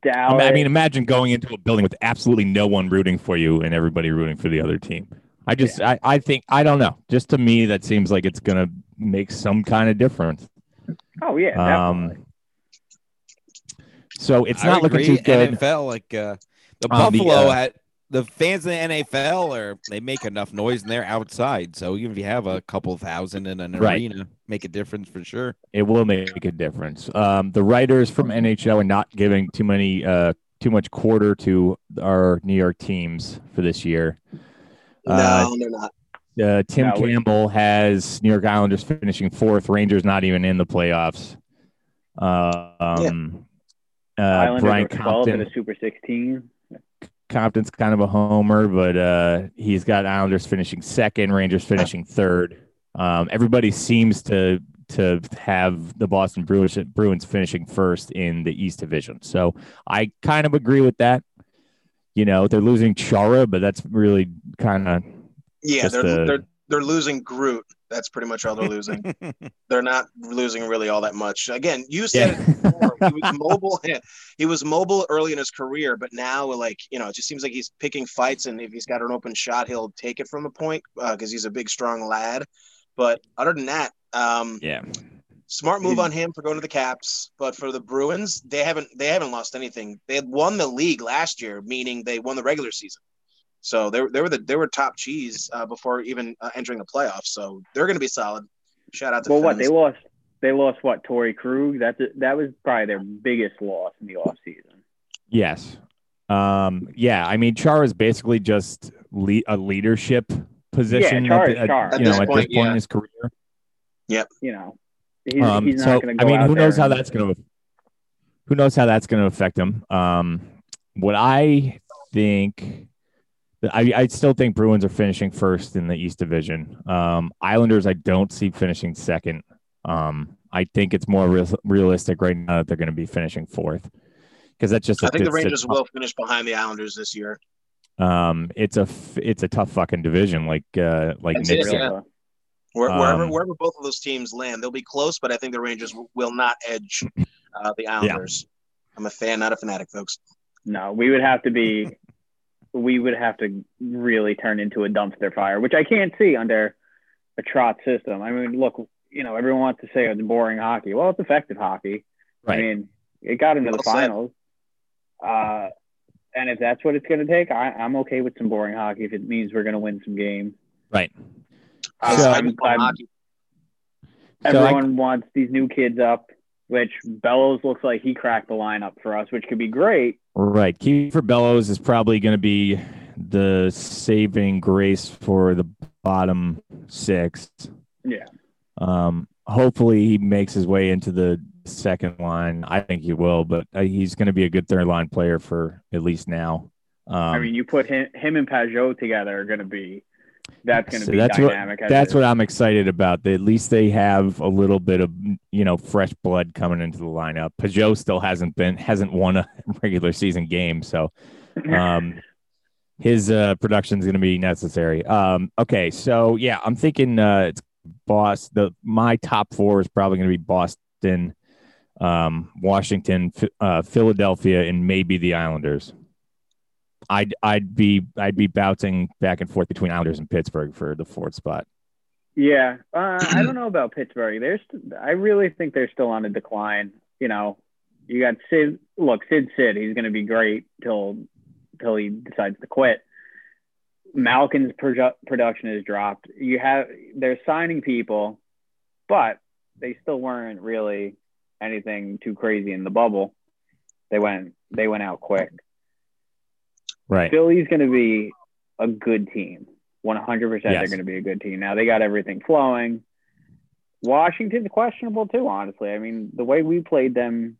[SPEAKER 4] Dallas.
[SPEAKER 1] mean- I mean, imagine going into a building with absolutely no one rooting for you and everybody rooting for the other team. I just, I, I think, I don't know. Just to me, that seems like it's going to make some kind of difference.
[SPEAKER 4] oh yeah. definitely.
[SPEAKER 1] Um, so it's
[SPEAKER 3] I
[SPEAKER 1] not looking
[SPEAKER 3] agree.
[SPEAKER 1] too good.
[SPEAKER 3] NFL, like
[SPEAKER 1] Uh,
[SPEAKER 3] uh, the
[SPEAKER 1] the,
[SPEAKER 3] Buffalo, the,
[SPEAKER 1] uh,
[SPEAKER 3] the fans in the NFL are they make enough noise and they're outside. So even if you have a couple thousand in an
[SPEAKER 1] Right.
[SPEAKER 3] arena, make a difference for sure.
[SPEAKER 1] It will make a difference. Um, the writers from NHL are not giving too many, uh, too much quarter to our New York teams for this year.
[SPEAKER 2] No,
[SPEAKER 1] Uh,
[SPEAKER 2] they're not.
[SPEAKER 1] Uh, Tim
[SPEAKER 4] No, we-
[SPEAKER 1] Campbell has New York Islanders finishing fourth. Rangers not even in the playoffs. Uh, um, uh,
[SPEAKER 4] Islanders
[SPEAKER 1] Brian
[SPEAKER 4] are 12 in
[SPEAKER 1] Compton.
[SPEAKER 4] a Super 16.
[SPEAKER 1] Compton's kind of a homer, but uh, he's got Islanders finishing second, Rangers finishing third. Um, everybody seems to to have the Boston Bruins, Bruins finishing first in the East Division. So I kind of agree with that. You know, they're losing Chara, but that's really kind of
[SPEAKER 2] Yeah,
[SPEAKER 1] just
[SPEAKER 2] they're,
[SPEAKER 1] the-
[SPEAKER 2] they're they're losing Groot. That's pretty much all they're losing. they're not losing really all that much. Again, you said it before. he was mobile. He was mobile early in his career, but now, like you know, it just seems like he's picking fights, and if he's got an open shot, he'll take it from a point because he's a big, strong lad. But other than that, um,
[SPEAKER 1] yeah.
[SPEAKER 2] smart move on him for going to the Caps. But for the Bruins, they haven't they haven't lost anything. They had won the league last year, meaning they won the regular season. So they, were- they were the they were top cheese uh, before even uh, entering the playoffs. So they're going to be solid. Shout out to
[SPEAKER 4] Well, what
[SPEAKER 2] Finns.
[SPEAKER 4] they lost? They lost what? Tori Krug. That's a, that was probably their biggest loss in the offseason.
[SPEAKER 1] Yes. Um, yeah. I mean, Char is basically just le- a leadership position.
[SPEAKER 4] Char
[SPEAKER 1] at
[SPEAKER 4] is
[SPEAKER 1] the- at-
[SPEAKER 4] Char.
[SPEAKER 1] You
[SPEAKER 2] At
[SPEAKER 1] know,
[SPEAKER 2] this
[SPEAKER 1] at
[SPEAKER 2] point,
[SPEAKER 1] this point
[SPEAKER 2] yeah.
[SPEAKER 1] in his career.
[SPEAKER 4] You know, he's,
[SPEAKER 1] um,
[SPEAKER 4] he's not
[SPEAKER 1] so
[SPEAKER 4] going to
[SPEAKER 1] I
[SPEAKER 4] go
[SPEAKER 1] mean,
[SPEAKER 4] out
[SPEAKER 1] who knows
[SPEAKER 4] there
[SPEAKER 1] how
[SPEAKER 4] and-
[SPEAKER 1] that's going to who knows how that's going to affect him. Um, what I think, I I still think Bruins are finishing first in the East Division. Um, Islanders, I don't see finishing second. Um, I think it's more real realistic right now that they're going to be finishing fourth because that's just. a
[SPEAKER 2] I think the
[SPEAKER 1] it's a
[SPEAKER 2] Rangers
[SPEAKER 1] tough-
[SPEAKER 2] will finish behind the Islanders this year.
[SPEAKER 1] um it's a f- it's a tough fucking division like uh like
[SPEAKER 2] That's
[SPEAKER 1] Nick
[SPEAKER 2] it,
[SPEAKER 1] said.
[SPEAKER 2] yeah. Where, wherever
[SPEAKER 1] Um,
[SPEAKER 2] wherever both of those teams land, they'll be close, but I think the Rangers w- will not edge uh, the Islanders. I'm a fan, not a fanatic, folks.
[SPEAKER 4] No, we would have to be, we would have to really turn into a dumpster fire, which I can't see under a trot system. I mean, look, you know, everyone wants to say it's boring hockey. Well, it's effective hockey.
[SPEAKER 1] Right.
[SPEAKER 4] I mean, it got into the
[SPEAKER 2] Well said.
[SPEAKER 4] finals. Uh, and if that's what it's going to take, I, I'm okay with some boring hockey if it means we're going to win some games.
[SPEAKER 1] Right.
[SPEAKER 2] I,
[SPEAKER 1] So-
[SPEAKER 2] I just want
[SPEAKER 4] I'm-
[SPEAKER 2] hockey.
[SPEAKER 1] So I-
[SPEAKER 4] Everyone wants these new kids up, which Bellows looks like he cracked the lineup for us, which could be great.
[SPEAKER 1] Right. Kiefer Bellows is probably going to be the saving grace for the bottom six.
[SPEAKER 4] Yeah.
[SPEAKER 1] Um, hopefully he makes his way into the second line. I think he will, but uh, he's going to be a good third line player for at least now. Um,
[SPEAKER 4] I mean, you put him, him and Pajot together are going to be that's going to
[SPEAKER 1] So
[SPEAKER 4] be
[SPEAKER 1] that's what-
[SPEAKER 4] dynamic. as
[SPEAKER 1] that's
[SPEAKER 4] it-
[SPEAKER 1] what I'm excited about. That at least they have a little bit of you know fresh blood coming into the lineup. Pajot still hasn't been hasn't won a regular season game, so um, his uh, production is going to be necessary. Um, okay, so yeah, I'm thinking uh, it's Boss. The my top four is probably going to be Boston, um, Washington, Ph- uh, Philadelphia, and maybe the Islanders. I'd I'd be I'd be bouncing back and forth between Islanders and Pittsburgh for the fourth spot.
[SPEAKER 4] yeah, uh, I don't know about Pittsburgh. There's I really think they're still on a decline. You know, you got Sid. Look, Sid Sid, he's going to be great till till he decides to quit. Malkin's produ- production has dropped. You have they're signing people, but they still weren't really anything too crazy in the bubble. They went they went out quick.
[SPEAKER 1] Right.
[SPEAKER 4] Philly's going to be a good team. 100% they're
[SPEAKER 1] Yes.
[SPEAKER 4] going to be a good team. Now they got everything flowing. Washington's questionable too, honestly. I mean, the way we played them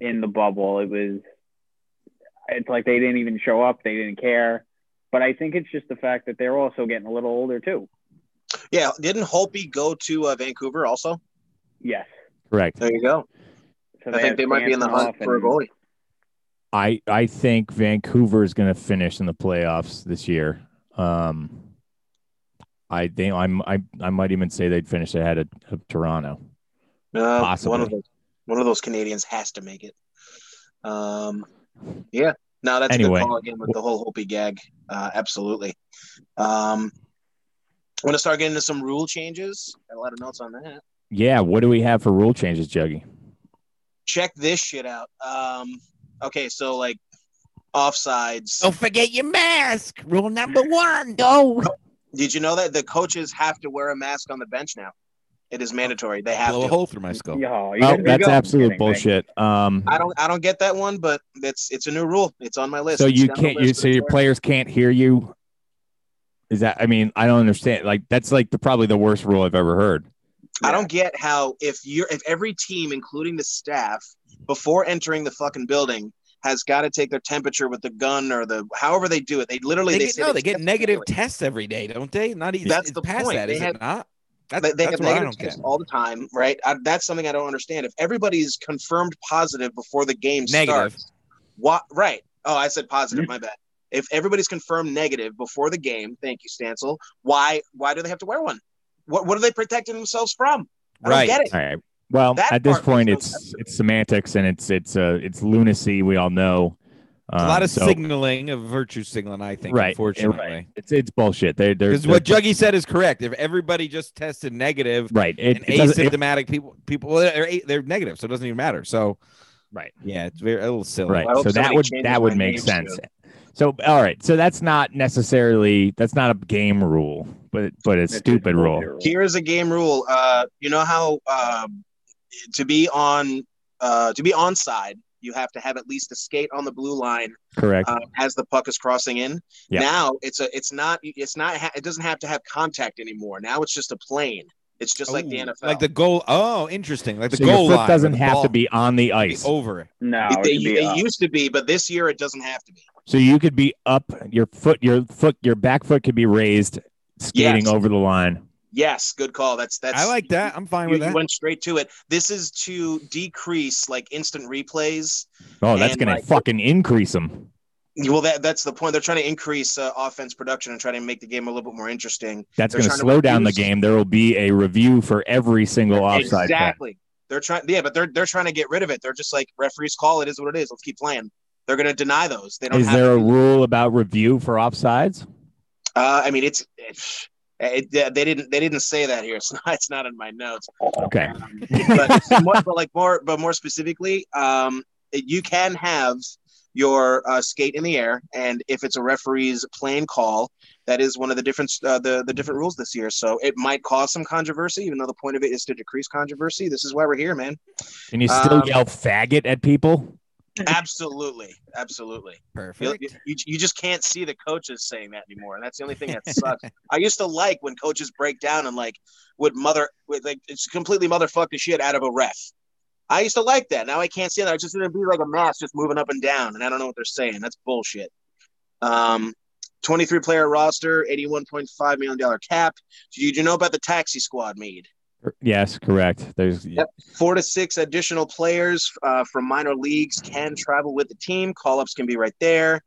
[SPEAKER 4] in the bubble, it was it's like they didn't even show up, they didn't care. But I think it's just the fact that they're also getting a little older too.
[SPEAKER 2] Yeah, didn't Holpe go to uh, Vancouver also?
[SPEAKER 4] Yes.
[SPEAKER 1] Correct.
[SPEAKER 2] There you go.
[SPEAKER 4] So
[SPEAKER 2] I think
[SPEAKER 4] have
[SPEAKER 2] they might be in the hunt
[SPEAKER 4] Samsonov
[SPEAKER 2] for a
[SPEAKER 4] and-
[SPEAKER 2] goalie.
[SPEAKER 1] I I think Vancouver is going to finish in the playoffs this year. Um, I think I'm I I might even say they'd finish ahead of, of Toronto.
[SPEAKER 2] No,
[SPEAKER 1] Possibly.
[SPEAKER 2] Uh, one of those. One of those Canadians has to make it. Um, yeah. No, that's
[SPEAKER 1] Anyway.
[SPEAKER 2] a good call again with the whole Hopi gag. Uh, absolutely. Um, want to start getting into some rule changes. Got a lot of notes on that.
[SPEAKER 1] Yeah, what do we have for rule changes, Juggy?
[SPEAKER 2] Check this shit out. Um, okay, so like offsides.
[SPEAKER 1] Oh.
[SPEAKER 3] Don't forget your mask. Rule number one. Go.
[SPEAKER 2] Did you know that the coaches have to wear a mask on the bench now? It is mandatory. They have
[SPEAKER 3] Blow a
[SPEAKER 2] to.
[SPEAKER 3] hole through my skull.
[SPEAKER 4] Yeah, you
[SPEAKER 1] Oh,
[SPEAKER 4] guys are
[SPEAKER 1] that's
[SPEAKER 4] going.
[SPEAKER 1] absolute
[SPEAKER 4] Kidding, thank you.
[SPEAKER 1] bullshit. Um,
[SPEAKER 2] I don't. I don't get that one, but it's it's a new rule. It's on my list.
[SPEAKER 1] so
[SPEAKER 2] It's
[SPEAKER 1] you
[SPEAKER 2] down the
[SPEAKER 1] can't.
[SPEAKER 2] list
[SPEAKER 1] You
[SPEAKER 2] for
[SPEAKER 1] so
[SPEAKER 2] the
[SPEAKER 1] your
[SPEAKER 2] player.
[SPEAKER 1] players can't hear you. Is that? I mean, I don't understand. Like that's like the probably the worst rule I've ever heard.
[SPEAKER 2] I don't get how if you're if every team, including the staff, before entering the fucking building, has got to take their temperature with the gun or the however they do it. They literally
[SPEAKER 3] They,
[SPEAKER 2] they,
[SPEAKER 3] get,
[SPEAKER 2] say
[SPEAKER 3] no, they get
[SPEAKER 2] test
[SPEAKER 3] negative
[SPEAKER 2] daily.
[SPEAKER 3] tests every day, don't they? Not even
[SPEAKER 2] That's
[SPEAKER 3] it's
[SPEAKER 2] the
[SPEAKER 3] past
[SPEAKER 2] point.
[SPEAKER 3] that,
[SPEAKER 2] They
[SPEAKER 3] is
[SPEAKER 2] have-
[SPEAKER 3] it not? That's,
[SPEAKER 2] They, they
[SPEAKER 3] that's
[SPEAKER 2] have
[SPEAKER 3] what I
[SPEAKER 2] negative
[SPEAKER 3] don't get.
[SPEAKER 2] tests all the time, right? I, that's something I don't understand. If everybody's confirmed positive before the game
[SPEAKER 3] Negative. Mm-hmm.
[SPEAKER 2] starts, what? Right? Oh, I said positive. My bad. If everybody's confirmed negative before the game, thank you, Stancil. Why? Why do they have to wear one? What? What are they protecting themselves from? I don't
[SPEAKER 3] Right.
[SPEAKER 2] get it.
[SPEAKER 1] All right. Well,
[SPEAKER 2] That
[SPEAKER 1] at this
[SPEAKER 2] part
[SPEAKER 1] point,
[SPEAKER 2] makes no
[SPEAKER 1] it's
[SPEAKER 2] sense.
[SPEAKER 1] it's semantics and it's it's uh it's lunacy. We all know.
[SPEAKER 3] a lot
[SPEAKER 1] Um,
[SPEAKER 3] of
[SPEAKER 1] so-
[SPEAKER 3] signaling of virtue signaling, I think,
[SPEAKER 1] Right,
[SPEAKER 3] unfortunately.
[SPEAKER 1] It's it's bullshit. They they're,
[SPEAKER 3] Because
[SPEAKER 1] they're
[SPEAKER 3] what Juggy said is correct. If everybody just tested negative
[SPEAKER 1] right. It,
[SPEAKER 3] and
[SPEAKER 1] it doesn't. it-
[SPEAKER 3] asymptomatic people people well, they're, a- they're negative, so it doesn't even matter. So
[SPEAKER 1] Right.
[SPEAKER 3] yeah, it's very a little silly.
[SPEAKER 1] right.
[SPEAKER 2] I hope
[SPEAKER 1] So that
[SPEAKER 2] somebody
[SPEAKER 1] would
[SPEAKER 2] changes
[SPEAKER 1] that would
[SPEAKER 2] my
[SPEAKER 1] make
[SPEAKER 2] name
[SPEAKER 1] sense.
[SPEAKER 2] soon.
[SPEAKER 1] So all right. So that's not necessarily that's not a game rule, but but it's
[SPEAKER 4] This is
[SPEAKER 1] stupid rule.
[SPEAKER 4] bullshit
[SPEAKER 2] Here is a game rule. Uh, you know how um, to be on uh, to be onside, you have to have at least a skate on the blue line
[SPEAKER 1] Correct.
[SPEAKER 2] uh, as the puck is crossing in.
[SPEAKER 1] Yeah.
[SPEAKER 2] Now it's a it's not it's not ha- it doesn't have to have contact anymore. Now it's just a plane. It's just like the
[SPEAKER 3] Ooh,
[SPEAKER 2] NFL.
[SPEAKER 3] Like the goal. Oh, interesting. Like the
[SPEAKER 1] so
[SPEAKER 3] goal
[SPEAKER 1] your foot
[SPEAKER 3] line.
[SPEAKER 1] doesn't
[SPEAKER 3] where the
[SPEAKER 1] have
[SPEAKER 3] ball
[SPEAKER 1] to be on the
[SPEAKER 3] be
[SPEAKER 1] ice.
[SPEAKER 3] over it.
[SPEAKER 4] No,
[SPEAKER 2] it,
[SPEAKER 4] it
[SPEAKER 2] they-
[SPEAKER 4] should be
[SPEAKER 2] it
[SPEAKER 4] up.
[SPEAKER 2] used to be, but this year it doesn't have to be.
[SPEAKER 1] So you could be up your foot, your foot, your back foot could be raised, skating
[SPEAKER 2] Yes.
[SPEAKER 1] over the line.
[SPEAKER 2] Yes, good call. That's that's.
[SPEAKER 3] I like that. I'm fine
[SPEAKER 2] You,
[SPEAKER 3] with
[SPEAKER 2] you
[SPEAKER 3] that.
[SPEAKER 2] went straight to it. This is to decrease like instant replays.
[SPEAKER 1] Oh, that's
[SPEAKER 2] And,
[SPEAKER 1] gonna
[SPEAKER 2] like-
[SPEAKER 1] fucking increase them.
[SPEAKER 2] Well, that that's the point. They're trying to increase uh, offense production and try to make the game a little bit more interesting.
[SPEAKER 1] That's
[SPEAKER 2] They're
[SPEAKER 1] going to
[SPEAKER 2] trying to
[SPEAKER 1] slow down the
[SPEAKER 2] reduce-
[SPEAKER 1] game. There will be a review for every single offside. call.
[SPEAKER 2] exactly. They're trying. Yeah, but they're they're trying to get rid of it. They're just like referees call. It is what it is. Let's keep playing. They're going to deny those. They don't.
[SPEAKER 1] Is
[SPEAKER 2] have
[SPEAKER 1] there a
[SPEAKER 2] to.
[SPEAKER 1] rule about review for offsides?
[SPEAKER 2] Uh, I mean, it's. it's it, they didn't. They didn't say that here. It's not. It's not in my notes.
[SPEAKER 1] Okay.
[SPEAKER 2] but, more, but like more but more specifically um, you can have your uh, skate in the air and if it's a referee's plan call that is one of the different uh, the, the different rules this year so it might cause some controversy even though the point of it is to decrease controversy this is why we're here man
[SPEAKER 1] Can you still
[SPEAKER 2] Um,
[SPEAKER 1] yell faggot at people?
[SPEAKER 2] absolutely absolutely you,
[SPEAKER 3] Perfect.
[SPEAKER 2] you, you just can't see the coaches saying that anymore that's the only thing that sucks i used to like when coaches break down and like would mother would like it's completely motherfuck the shit out of a ref I used to like that. Now I can't see that. It's just gonna be like a mass just moving up and down, and I don't know what they're saying. That's bullshit. Um, 23 player roster, 81.5 million dollar cap. Did you know about the taxi squad, Mead?
[SPEAKER 1] Yes, correct. There's
[SPEAKER 2] Yep. Four to six additional players uh, from minor leagues can travel with the team. Call ups can be right there.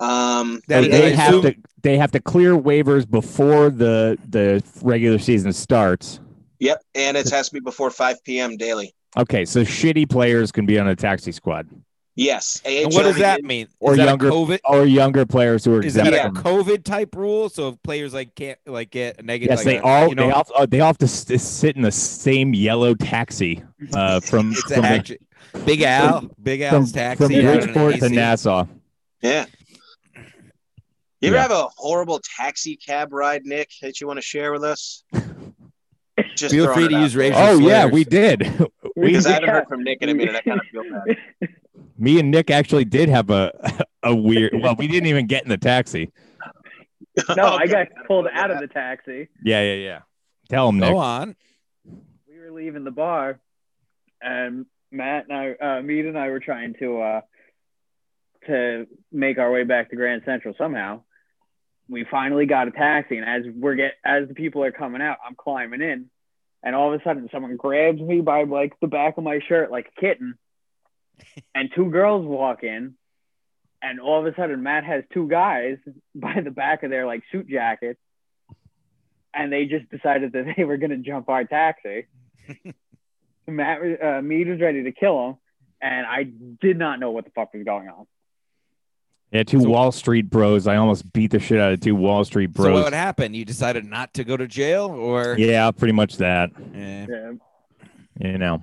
[SPEAKER 2] Um,
[SPEAKER 3] That
[SPEAKER 1] they,
[SPEAKER 3] is-
[SPEAKER 1] they
[SPEAKER 3] I
[SPEAKER 1] have
[SPEAKER 3] assume-
[SPEAKER 1] to they have to clear waivers before the the regular season starts.
[SPEAKER 2] yep, and it has to be before 5 p.m. daily.
[SPEAKER 1] Okay, so shitty players can be on a taxi squad,
[SPEAKER 2] Yes.
[SPEAKER 3] And what does
[SPEAKER 2] AHL
[SPEAKER 3] that mean?
[SPEAKER 1] Or
[SPEAKER 3] is that
[SPEAKER 1] younger-
[SPEAKER 3] a COVID?
[SPEAKER 1] or younger players who are
[SPEAKER 3] Is that
[SPEAKER 1] exempt.
[SPEAKER 3] a
[SPEAKER 1] from-
[SPEAKER 3] COVID type rule? So if players like can't like get a negative,
[SPEAKER 1] Yes,
[SPEAKER 3] like
[SPEAKER 1] they
[SPEAKER 3] a-
[SPEAKER 1] all
[SPEAKER 3] you know,
[SPEAKER 1] they all oh, they all have to s- sit in the same yellow taxi uh, from
[SPEAKER 3] it's a
[SPEAKER 1] from,
[SPEAKER 3] hack. Big Al, Big Al's
[SPEAKER 1] from,
[SPEAKER 3] taxi
[SPEAKER 1] from
[SPEAKER 3] out in
[SPEAKER 1] Bridgeport to
[SPEAKER 3] AC.
[SPEAKER 1] Nassau.
[SPEAKER 2] Yeah. You ever
[SPEAKER 1] Yeah.
[SPEAKER 2] have a horrible taxi cab ride, Nick, that you want to share with us? Just
[SPEAKER 3] Feel
[SPEAKER 2] throwing
[SPEAKER 3] free
[SPEAKER 2] it
[SPEAKER 3] to
[SPEAKER 2] out
[SPEAKER 3] use
[SPEAKER 2] there.
[SPEAKER 3] racial
[SPEAKER 1] Oh yeah,
[SPEAKER 3] slurs.
[SPEAKER 1] we did. we
[SPEAKER 2] Because I haven't
[SPEAKER 4] Yeah.
[SPEAKER 2] heard from Nick in a minute. I kind of feel bad.
[SPEAKER 1] Me and Nick actually did have a a weird. Well, we didn't even get in the taxi.
[SPEAKER 4] No,
[SPEAKER 2] Okay.
[SPEAKER 4] I got pulled out of the taxi.
[SPEAKER 1] Yeah, yeah, yeah. Tell him, Nick.
[SPEAKER 3] Go on.
[SPEAKER 4] We were leaving the bar, and Matt and I, uh, Mead and I, were trying to uh, to make our way back to Grand Central somehow. We finally got a taxi, and as we're get as the people are coming out, I'm climbing in, and all of a sudden, someone grabs me by like the back of my shirt like a kitten, and two girls walk in. And all of a sudden, Matt has two guys by the back of their like suit jackets, and they just decided that they were going to jump our taxi. Matt, was- uh, Mead was ready to kill him, and I did not know what the fuck was going on.
[SPEAKER 1] Yeah, two
[SPEAKER 3] So-
[SPEAKER 1] Wall Street bros. I almost beat the shit out of two Wall Street
[SPEAKER 3] So
[SPEAKER 1] bros.
[SPEAKER 3] what happened? You decided not to go to jail, or
[SPEAKER 1] yeah, pretty much that.
[SPEAKER 3] Eh,
[SPEAKER 4] Yeah.
[SPEAKER 1] You know,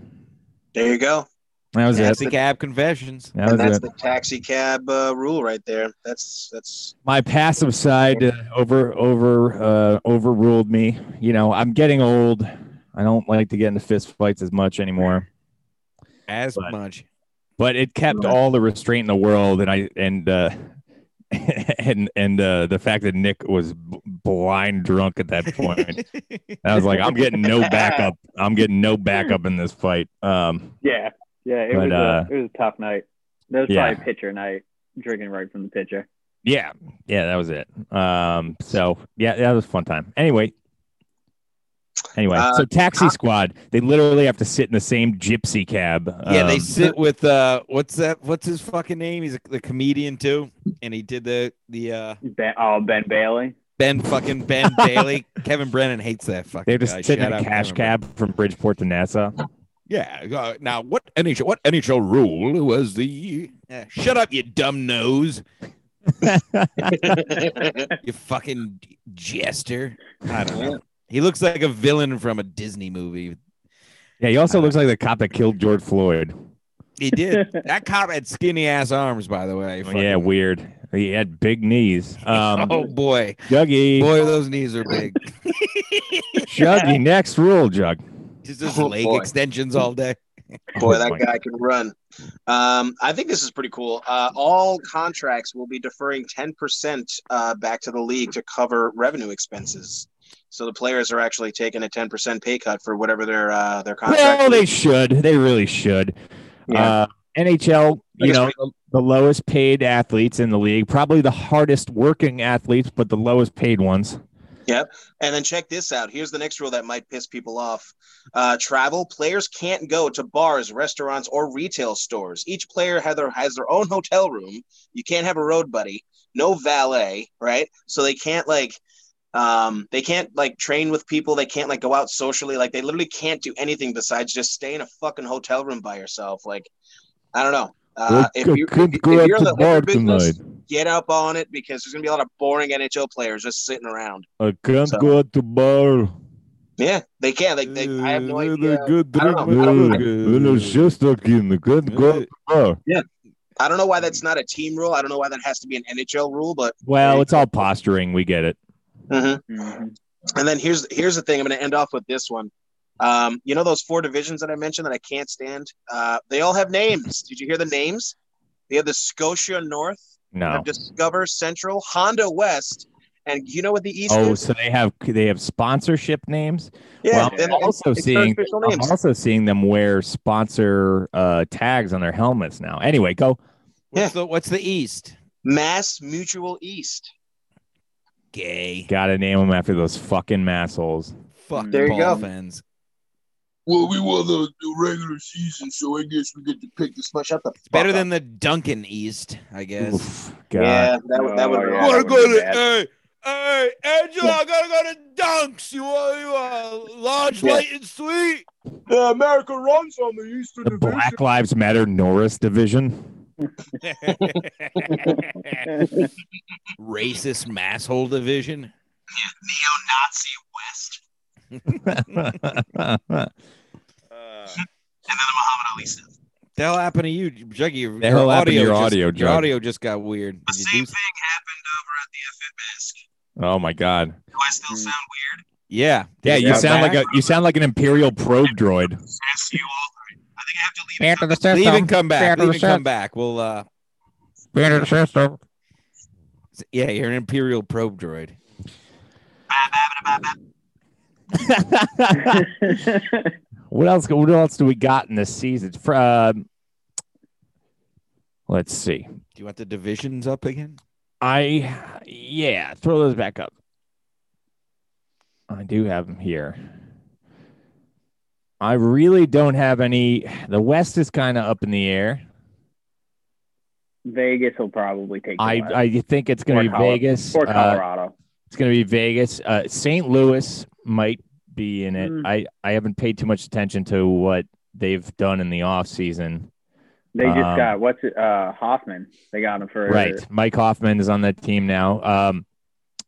[SPEAKER 2] There you go.
[SPEAKER 1] that was it.
[SPEAKER 3] taxi cab confessions.
[SPEAKER 1] That
[SPEAKER 2] And
[SPEAKER 1] was
[SPEAKER 2] that's
[SPEAKER 1] it.
[SPEAKER 2] the taxi cab uh, rule right there. That's that's
[SPEAKER 1] My passive side uh, over over uh, overruled me. You know, I'm getting old. I don't like to get into fist fights as much anymore.
[SPEAKER 3] As
[SPEAKER 1] But-
[SPEAKER 3] much.
[SPEAKER 1] But it kept
[SPEAKER 2] Right.
[SPEAKER 1] all the restraint in the world, and I and uh, and and uh, the fact that Nick was b- blind drunk at that point. And I was like, I'm getting no backup. I'm getting no backup in this fight. Um,
[SPEAKER 4] Yeah. Yeah. It,
[SPEAKER 1] But,
[SPEAKER 4] was,
[SPEAKER 1] uh,
[SPEAKER 4] a, it was a tough night. That was
[SPEAKER 1] yeah.
[SPEAKER 4] probably pitcher night, drinking right from the pitcher.
[SPEAKER 1] yeah, yeah, that was it. Um, so yeah, that was a fun time. Anyway, anyway,
[SPEAKER 2] Uh,
[SPEAKER 1] so Taxi
[SPEAKER 2] Tom-
[SPEAKER 1] Squad, they literally have to sit in the same gypsy cab.
[SPEAKER 3] Yeah, they
[SPEAKER 1] Um,
[SPEAKER 3] sit with uh, what's that? What's his fucking name? He's a, the comedian too, and he did the the uh,
[SPEAKER 4] Ben, oh, Ben Bailey.
[SPEAKER 3] Ben fucking Ben Bailey. Kevin Brennan hates that fucking.
[SPEAKER 1] they have to
[SPEAKER 3] guy.
[SPEAKER 1] sit in
[SPEAKER 3] Shout
[SPEAKER 1] a
[SPEAKER 3] out
[SPEAKER 1] cash
[SPEAKER 3] Kevin
[SPEAKER 1] cab from Bridgeport to Nassau.
[SPEAKER 3] Brennan. Yeah. Uh, now what NHL? What NHL rule was the? Uh, shut up, you dumb nose. You fucking jester. I don't know. He looks like a villain from a Disney movie.
[SPEAKER 1] Yeah, he
[SPEAKER 3] Uh,
[SPEAKER 1] also looks like the cop that killed George Floyd.
[SPEAKER 3] He did. that cop had skinny ass arms, by the way.
[SPEAKER 2] Oh,
[SPEAKER 3] Fucking-
[SPEAKER 1] Yeah, weird. He had big knees. Um,
[SPEAKER 3] oh boy,
[SPEAKER 1] Juggy,
[SPEAKER 3] boy, those knees are big.
[SPEAKER 1] Juggy, next rule, Jug.
[SPEAKER 3] He's just
[SPEAKER 2] Oh,
[SPEAKER 3] leg
[SPEAKER 2] boy.
[SPEAKER 3] extensions all day.
[SPEAKER 2] boy,
[SPEAKER 1] Oh
[SPEAKER 2] that
[SPEAKER 1] my
[SPEAKER 2] guy can run. Um, I think this is pretty cool. Uh, all contracts will be deferring ten percent uh, back to the league to cover revenue expenses. So the players are actually taking a ten percent pay cut for whatever their uh, their contract.
[SPEAKER 1] Well, they
[SPEAKER 2] is.
[SPEAKER 1] should. They really should.
[SPEAKER 2] Yeah.
[SPEAKER 1] Uh, NHL, you
[SPEAKER 2] Biggest
[SPEAKER 1] know, the, the lowest paid athletes in the league, probably the hardest working athletes, but the lowest paid ones.
[SPEAKER 2] And then check this out. Here's the next rule that might piss people off. Uh, travel players can't go to bars, restaurants, or retail stores. Each player has their, has their own hotel room. You can't have a road buddy, no valet, right? So they can't like, um, they can't like train with people. They can't like go out socially. Like they literally can't do anything besides just stay in a fucking hotel room by yourself. Like, I don't know. Uh, if, you, if,
[SPEAKER 1] could
[SPEAKER 2] if
[SPEAKER 1] go out
[SPEAKER 2] you're in
[SPEAKER 1] to
[SPEAKER 2] the
[SPEAKER 1] bar
[SPEAKER 2] liquor business,
[SPEAKER 1] tonight.
[SPEAKER 2] get up on it because there's gonna be a lot of boring NHL players just sitting around.
[SPEAKER 1] I can't
[SPEAKER 2] So-
[SPEAKER 1] Uh, go out to bar.
[SPEAKER 2] Yeah, they can. They, they I have no
[SPEAKER 3] Uh,
[SPEAKER 2] idea.
[SPEAKER 3] Good
[SPEAKER 2] I don't know.
[SPEAKER 3] drink,
[SPEAKER 2] I don't
[SPEAKER 3] man.
[SPEAKER 1] Little Shostakin, I can't go out to bar.
[SPEAKER 2] I don't know why that's not a team rule. I don't know why that has to be an NHL rule, but
[SPEAKER 1] Well, it's all posturing. We get it.
[SPEAKER 2] Mm-hmm.
[SPEAKER 4] Mhm.
[SPEAKER 2] and then here's here's the thing. I'm going to end off with this one. Um, you know those four divisions that I mentioned that I can't stand. Uh, they all have names. Did you hear the names? They have the Scotia North,
[SPEAKER 1] No.
[SPEAKER 2] have Discover Central, Honda West, and you know what the East
[SPEAKER 1] Oh,
[SPEAKER 2] is?
[SPEAKER 1] so they have they have sponsorship names.
[SPEAKER 2] Yeah,
[SPEAKER 1] well,
[SPEAKER 2] they-
[SPEAKER 1] I'm also
[SPEAKER 2] it's their
[SPEAKER 1] seeing
[SPEAKER 2] official
[SPEAKER 1] I'm
[SPEAKER 2] names.
[SPEAKER 1] also seeing them wear sponsor uh, tags on their helmets now. Anyway, go.
[SPEAKER 2] Yeah.
[SPEAKER 3] What's the What's the East?
[SPEAKER 2] Mass Mutual East.
[SPEAKER 3] Gay.
[SPEAKER 1] Got to name them after those fucking massholes.
[SPEAKER 3] Fuck
[SPEAKER 2] There you
[SPEAKER 3] ball
[SPEAKER 2] go.
[SPEAKER 3] fans.
[SPEAKER 2] Well, we won the, the regular season, so I guess we get to pick this much. Shut the
[SPEAKER 3] It's better than the Duncan East, I guess.
[SPEAKER 1] Oof, God.
[SPEAKER 2] yeah. That, would that would
[SPEAKER 4] Oh,
[SPEAKER 2] rock.
[SPEAKER 4] yeah. that would be bad.
[SPEAKER 3] hey, hey, Angela, I gotta go to Dunks. You want you want large,
[SPEAKER 2] Yeah.
[SPEAKER 3] and sweet?
[SPEAKER 2] Yeah, America runs on the Eastern
[SPEAKER 1] The Black Lives Matter Norris division.
[SPEAKER 3] Racist masshole division.
[SPEAKER 2] Nazi West,
[SPEAKER 1] the
[SPEAKER 2] and then the Muhammad Ali stuff.
[SPEAKER 3] That'll happen to you, Juggy. Your,
[SPEAKER 1] That'll
[SPEAKER 3] your
[SPEAKER 1] happen to
[SPEAKER 3] audio,
[SPEAKER 1] your
[SPEAKER 3] just,
[SPEAKER 1] audio,
[SPEAKER 3] your
[SPEAKER 1] Jug.
[SPEAKER 3] audio just got weird.
[SPEAKER 2] The
[SPEAKER 3] Did you
[SPEAKER 2] same
[SPEAKER 3] do-
[SPEAKER 2] thing happened over at the FM Mask.
[SPEAKER 1] Oh my God.
[SPEAKER 2] Do I still
[SPEAKER 4] Mm.
[SPEAKER 2] sound weird?
[SPEAKER 3] yeah,
[SPEAKER 1] Yeah, you
[SPEAKER 4] Yeah,
[SPEAKER 1] sound like a you sound like an imperial probe droid.
[SPEAKER 2] Yes, you all. I think I have to leave.
[SPEAKER 5] Banter the system.
[SPEAKER 3] Leave and come back.
[SPEAKER 5] Back to
[SPEAKER 3] Leave
[SPEAKER 5] the
[SPEAKER 3] and come
[SPEAKER 5] set.
[SPEAKER 3] back. We'll uh,
[SPEAKER 5] Banter the system.
[SPEAKER 3] yeah, you're an imperial probe droid.
[SPEAKER 1] what else? What else do we got in this season? Fr- Uh, let's see.
[SPEAKER 3] Do you want the divisions up again?
[SPEAKER 1] I yeah, throw those back up. I do have them here. I really don't have any. The West is kind of up in the air.
[SPEAKER 4] Vegas will probably take. the
[SPEAKER 1] I,
[SPEAKER 4] West.
[SPEAKER 1] I think it's going
[SPEAKER 4] Or
[SPEAKER 1] to be
[SPEAKER 4] Colo-
[SPEAKER 1] Vegas.
[SPEAKER 4] or
[SPEAKER 1] Uh,
[SPEAKER 4] Colorado.
[SPEAKER 1] it's going to be Vegas. Uh, St. Louis might be in it.
[SPEAKER 4] Mm.
[SPEAKER 1] I, I haven't paid too much attention to what they've done in the off season.
[SPEAKER 4] they just
[SPEAKER 1] um,
[SPEAKER 4] got what's it, uh Hoffman. They got him for
[SPEAKER 1] Right. Mike Hoffman is on that team now. Um,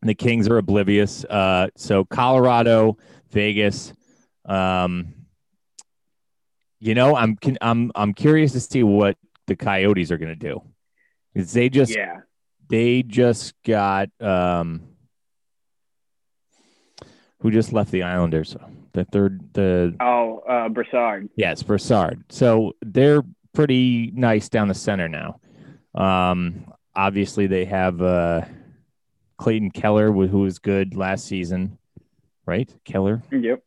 [SPEAKER 1] the Kings are oblivious. Uh, so Colorado, Vegas. Um, you know, I'm con- I'm I'm curious to see what the Coyotes are going to do. 'Cause They just
[SPEAKER 4] Yeah.
[SPEAKER 1] they just got um, who just left the Islanders. The third the
[SPEAKER 4] Oh, uh, Broussard.
[SPEAKER 1] Yes, Broussard. So they're pretty nice down the center now. Um, obviously, they have uh, Clayton Keller, wh- who was good last season, right? Keller
[SPEAKER 4] Yep.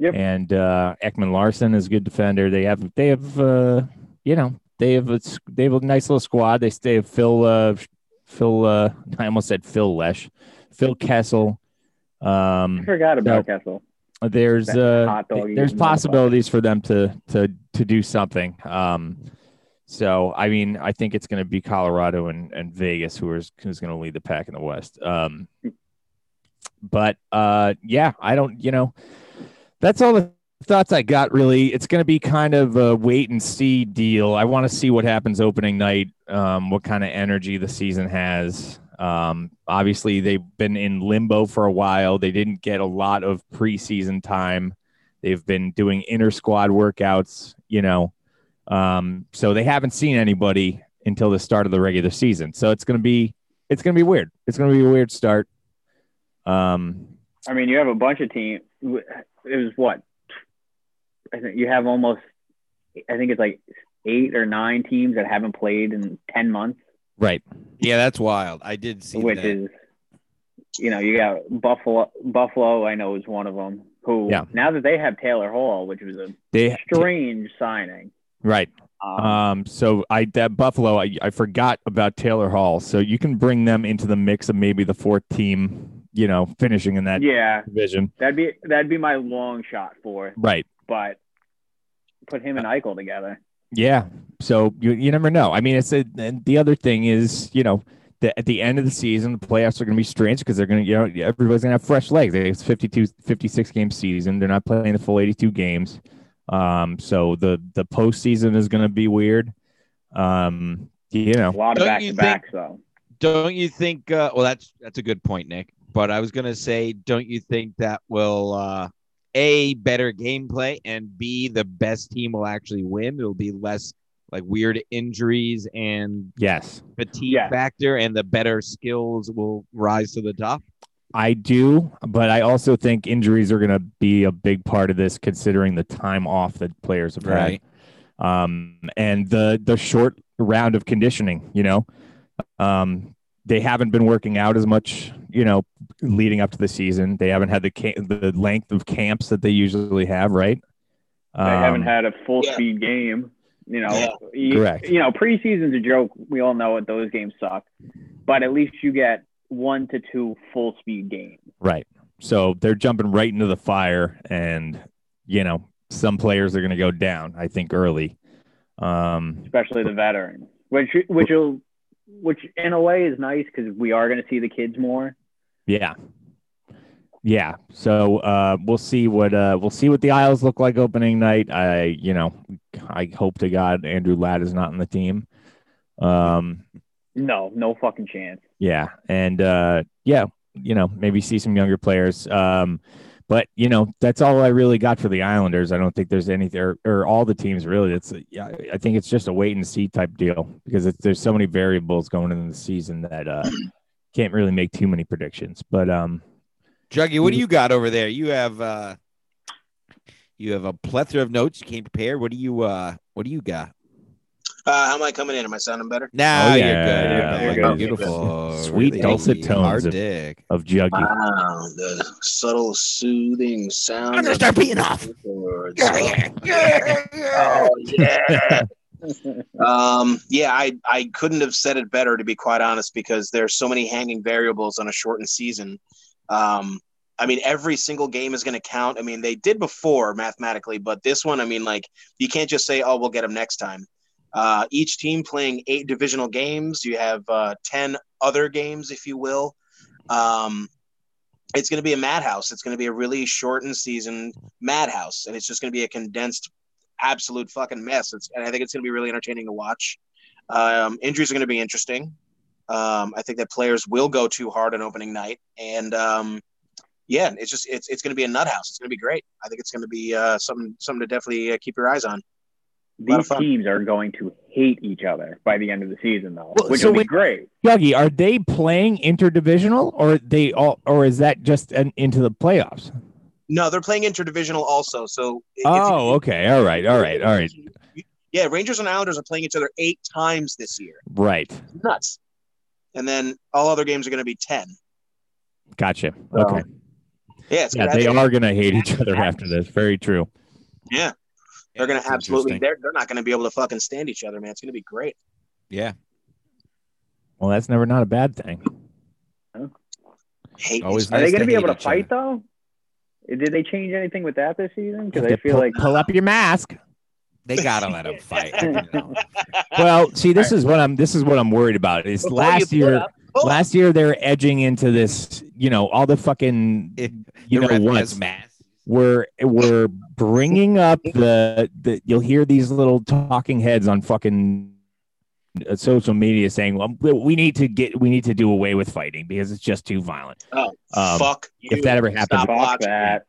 [SPEAKER 4] Yep.
[SPEAKER 1] and uh, Ekman Larson is a good defender. They have they have uh, you know they have a, s- they have a nice little squad. They stay Phil uh, Phil. Uh, I almost said Phil Lesh, Phil Kessel.
[SPEAKER 4] I
[SPEAKER 1] Um,
[SPEAKER 4] forgot about Kessel.
[SPEAKER 1] there's
[SPEAKER 4] That
[SPEAKER 1] uh,
[SPEAKER 4] hot dog
[SPEAKER 1] th-
[SPEAKER 4] eating
[SPEAKER 1] there's
[SPEAKER 4] motherfucker.
[SPEAKER 1] possibilities for them to to to do something. Um, so I mean, I think it's going to be Colorado and, and Vegas who is who's going to lead the pack in the West. Um, but uh, yeah, I don't. You know, that's all the thoughts I got. Really, it's going to be kind of a wait and see deal. I want to see what happens opening night. Um, what kind of energy the season has. Um, obviously, they've been in limbo for a while. They didn't get a lot of preseason time. They've been doing inter squad workouts. You know, um, so they haven't seen anybody until the start of the regular season. So it's gonna be it's gonna be weird. It's gonna be a weird start. Um,
[SPEAKER 4] I mean, you have a bunch of teams. It was what? I think you have almost. I think it's like eight or nine teams that haven't played in ten months,
[SPEAKER 1] right.
[SPEAKER 3] Yeah, that's wild. I did see
[SPEAKER 4] which
[SPEAKER 3] that.
[SPEAKER 4] is, you know, you got Buffalo. Buffalo, I know, is one of them. Who
[SPEAKER 1] Yeah.
[SPEAKER 4] now that they have Taylor Hall, which was a
[SPEAKER 1] They
[SPEAKER 4] strange signing.
[SPEAKER 1] right.
[SPEAKER 4] Um,
[SPEAKER 3] Uh,
[SPEAKER 1] Um, so I that Buffalo, I, I forgot about Taylor Hall. So you can bring them into the mix of maybe the fourth team. you know, finishing in that
[SPEAKER 4] yeah,
[SPEAKER 1] division.
[SPEAKER 4] that'd be that'd be my long shot for.
[SPEAKER 1] Right.
[SPEAKER 4] But put him and
[SPEAKER 3] Uh,
[SPEAKER 4] Eichel together.
[SPEAKER 1] Yeah. So you you never know. I mean, it's a, and the other thing is, you know, the, at the end of the season, the playoffs are going to be strange because they're going to, you know, everybody's going to have fresh legs. It's 52, 56 game season. They're not playing the full 82 games. Um, so the, the postseason is going to be weird. Um, you
[SPEAKER 4] A
[SPEAKER 1] know,
[SPEAKER 4] lot of
[SPEAKER 3] Don't
[SPEAKER 4] back
[SPEAKER 3] you think-
[SPEAKER 4] to backs though.
[SPEAKER 3] Don't you think? Uh, well, that's that's a good point, Nick. But I was gonna say, don't you think that will uh, a better gameplay and b the best team will actually win? It'll be less like weird injuries and
[SPEAKER 1] yes.
[SPEAKER 3] fatigue
[SPEAKER 4] Yeah.
[SPEAKER 3] factor, and the better skills will rise to the top.
[SPEAKER 1] I do, but I also think injuries are going to be a big part of this, considering the time off that players have had, um, and the the short round of conditioning. You know, um, they haven't been working out as much. You know, leading up to the season, they haven't had the ca- the length of camps that they usually have. Right? Um,
[SPEAKER 4] They haven't had a full
[SPEAKER 2] yeah.
[SPEAKER 4] speed game. You know,
[SPEAKER 2] Yeah.
[SPEAKER 4] you,
[SPEAKER 1] Correct.
[SPEAKER 4] You know, preseason's a joke. We all know it. Those games suck, but at least you get one to two full speed games.
[SPEAKER 1] Right. So they're jumping right into the fire, and you know, some players are going to go down. I think early. Um,
[SPEAKER 4] especially the veterans, which which will which in a way is nice because we are going to see the kids more.
[SPEAKER 1] Yeah. Yeah. So uh, we'll see what uh, we'll see what the Isles look like opening night. I you know I hope to God Andrew Ladd is not in the team. Um.
[SPEAKER 4] No, no fucking chance.
[SPEAKER 1] Yeah. And uh, yeah. You know maybe see some younger players. Um. But you know that's all I really got for the Islanders. I don't think there's anything or, or all the teams really. It's yeah. I think it's just a wait and see type deal because it's, there's so many variables going into the season that uh, can't really make too many predictions. But um.
[SPEAKER 3] Juggy, what do you got over there? You have uh, you have a plethora of notes. You came prepared. What do you uh, what do you got?
[SPEAKER 2] Uh, how am I coming in? Am I sounding better?
[SPEAKER 3] Now
[SPEAKER 1] Oh,
[SPEAKER 3] you're
[SPEAKER 1] yeah.
[SPEAKER 3] good. You're
[SPEAKER 4] There
[SPEAKER 3] back.
[SPEAKER 4] it
[SPEAKER 2] goes.
[SPEAKER 3] Beautiful,
[SPEAKER 1] Sweet dulcet tones of-
[SPEAKER 3] dick.
[SPEAKER 1] Of Juggy.
[SPEAKER 2] Wow, the subtle, soothing sound.
[SPEAKER 3] I'm gonna
[SPEAKER 2] of
[SPEAKER 3] start beating off.
[SPEAKER 2] words.
[SPEAKER 3] yeah.
[SPEAKER 2] Oh, yeah. um, yeah, I, I couldn't have said it better, to be quite honest, because there's so many hanging variables on a shortened season. Um, I mean, every single game is going to count. I mean, they did before mathematically, but this one, I mean, like, you can't just say, oh, we'll get them next time. Uh, each team playing eight divisional games. You have uh, 10 other games, if you will. Um, it's going to be a madhouse. It's going to be a really shortened season madhouse, and it's just going to be a condensed, absolute fucking mess. It's, and I think it's going to be really entertaining to watch. Um, injuries are going to be interesting. Um, I think that players will go too hard on opening night, and um, yeah, it's just it's it's going to be a nut house. It's going to be great. I think it's going to be uh, something something to definitely uh, keep your eyes on. lot of
[SPEAKER 4] These
[SPEAKER 2] fun.
[SPEAKER 4] teams are going to hate each other by the end of the season, though,
[SPEAKER 1] Well,
[SPEAKER 4] which
[SPEAKER 1] so
[SPEAKER 4] will be
[SPEAKER 1] when-
[SPEAKER 4] great.
[SPEAKER 1] Dougie, are they playing interdivisional, or they all, or is that just an, into the playoffs?
[SPEAKER 2] No, they're playing interdivisional also, so it- it's-
[SPEAKER 1] Oh, okay, all right, all right, all right,
[SPEAKER 2] Yeah, Rangers and Islanders are playing each other eight times this year.
[SPEAKER 1] right.
[SPEAKER 2] nuts. And then all other games are going to be ten.
[SPEAKER 1] Gotcha.
[SPEAKER 2] Well,
[SPEAKER 1] Okay,
[SPEAKER 2] Yeah, it's
[SPEAKER 1] yeah,
[SPEAKER 2] gonna-
[SPEAKER 1] they are gonna hate each other after this. Very true.
[SPEAKER 2] They're going
[SPEAKER 3] it's
[SPEAKER 2] to absolutely.
[SPEAKER 3] interesting.
[SPEAKER 2] They're, they're not going to be able to fucking stand each other, man. It's going to be great.
[SPEAKER 3] Yeah,
[SPEAKER 1] Well, that's never not a bad thing.
[SPEAKER 2] Hate
[SPEAKER 3] always.
[SPEAKER 2] each-
[SPEAKER 4] Are
[SPEAKER 3] nice
[SPEAKER 4] they going to be
[SPEAKER 3] hate
[SPEAKER 4] able to
[SPEAKER 3] each
[SPEAKER 4] fight
[SPEAKER 3] other.
[SPEAKER 4] though? Did they change anything with that this season? Because I
[SPEAKER 1] Yeah,
[SPEAKER 4] feel
[SPEAKER 1] pull,
[SPEAKER 4] like
[SPEAKER 1] pull up your mask.
[SPEAKER 3] They gotta let them fight.
[SPEAKER 1] Well, see, this is what I'm. This is what I'm worried about. Is
[SPEAKER 2] Before
[SPEAKER 1] last
[SPEAKER 2] you put
[SPEAKER 1] year?
[SPEAKER 2] up, pull up.
[SPEAKER 1] Last year they're edging into this. You know, all the fucking
[SPEAKER 3] If
[SPEAKER 1] you
[SPEAKER 3] the
[SPEAKER 1] know
[SPEAKER 3] ref
[SPEAKER 1] once.
[SPEAKER 3] has mass.
[SPEAKER 1] we're we're bringing up the the you'll hear these little talking heads on fucking uh, social media saying well, we need to get we need to do away with fighting because it's just too violent
[SPEAKER 2] Oh,
[SPEAKER 1] um,
[SPEAKER 2] fuck.
[SPEAKER 1] if
[SPEAKER 2] you.
[SPEAKER 1] that ever happened
[SPEAKER 2] Stop
[SPEAKER 4] fuck
[SPEAKER 2] watching.
[SPEAKER 4] that.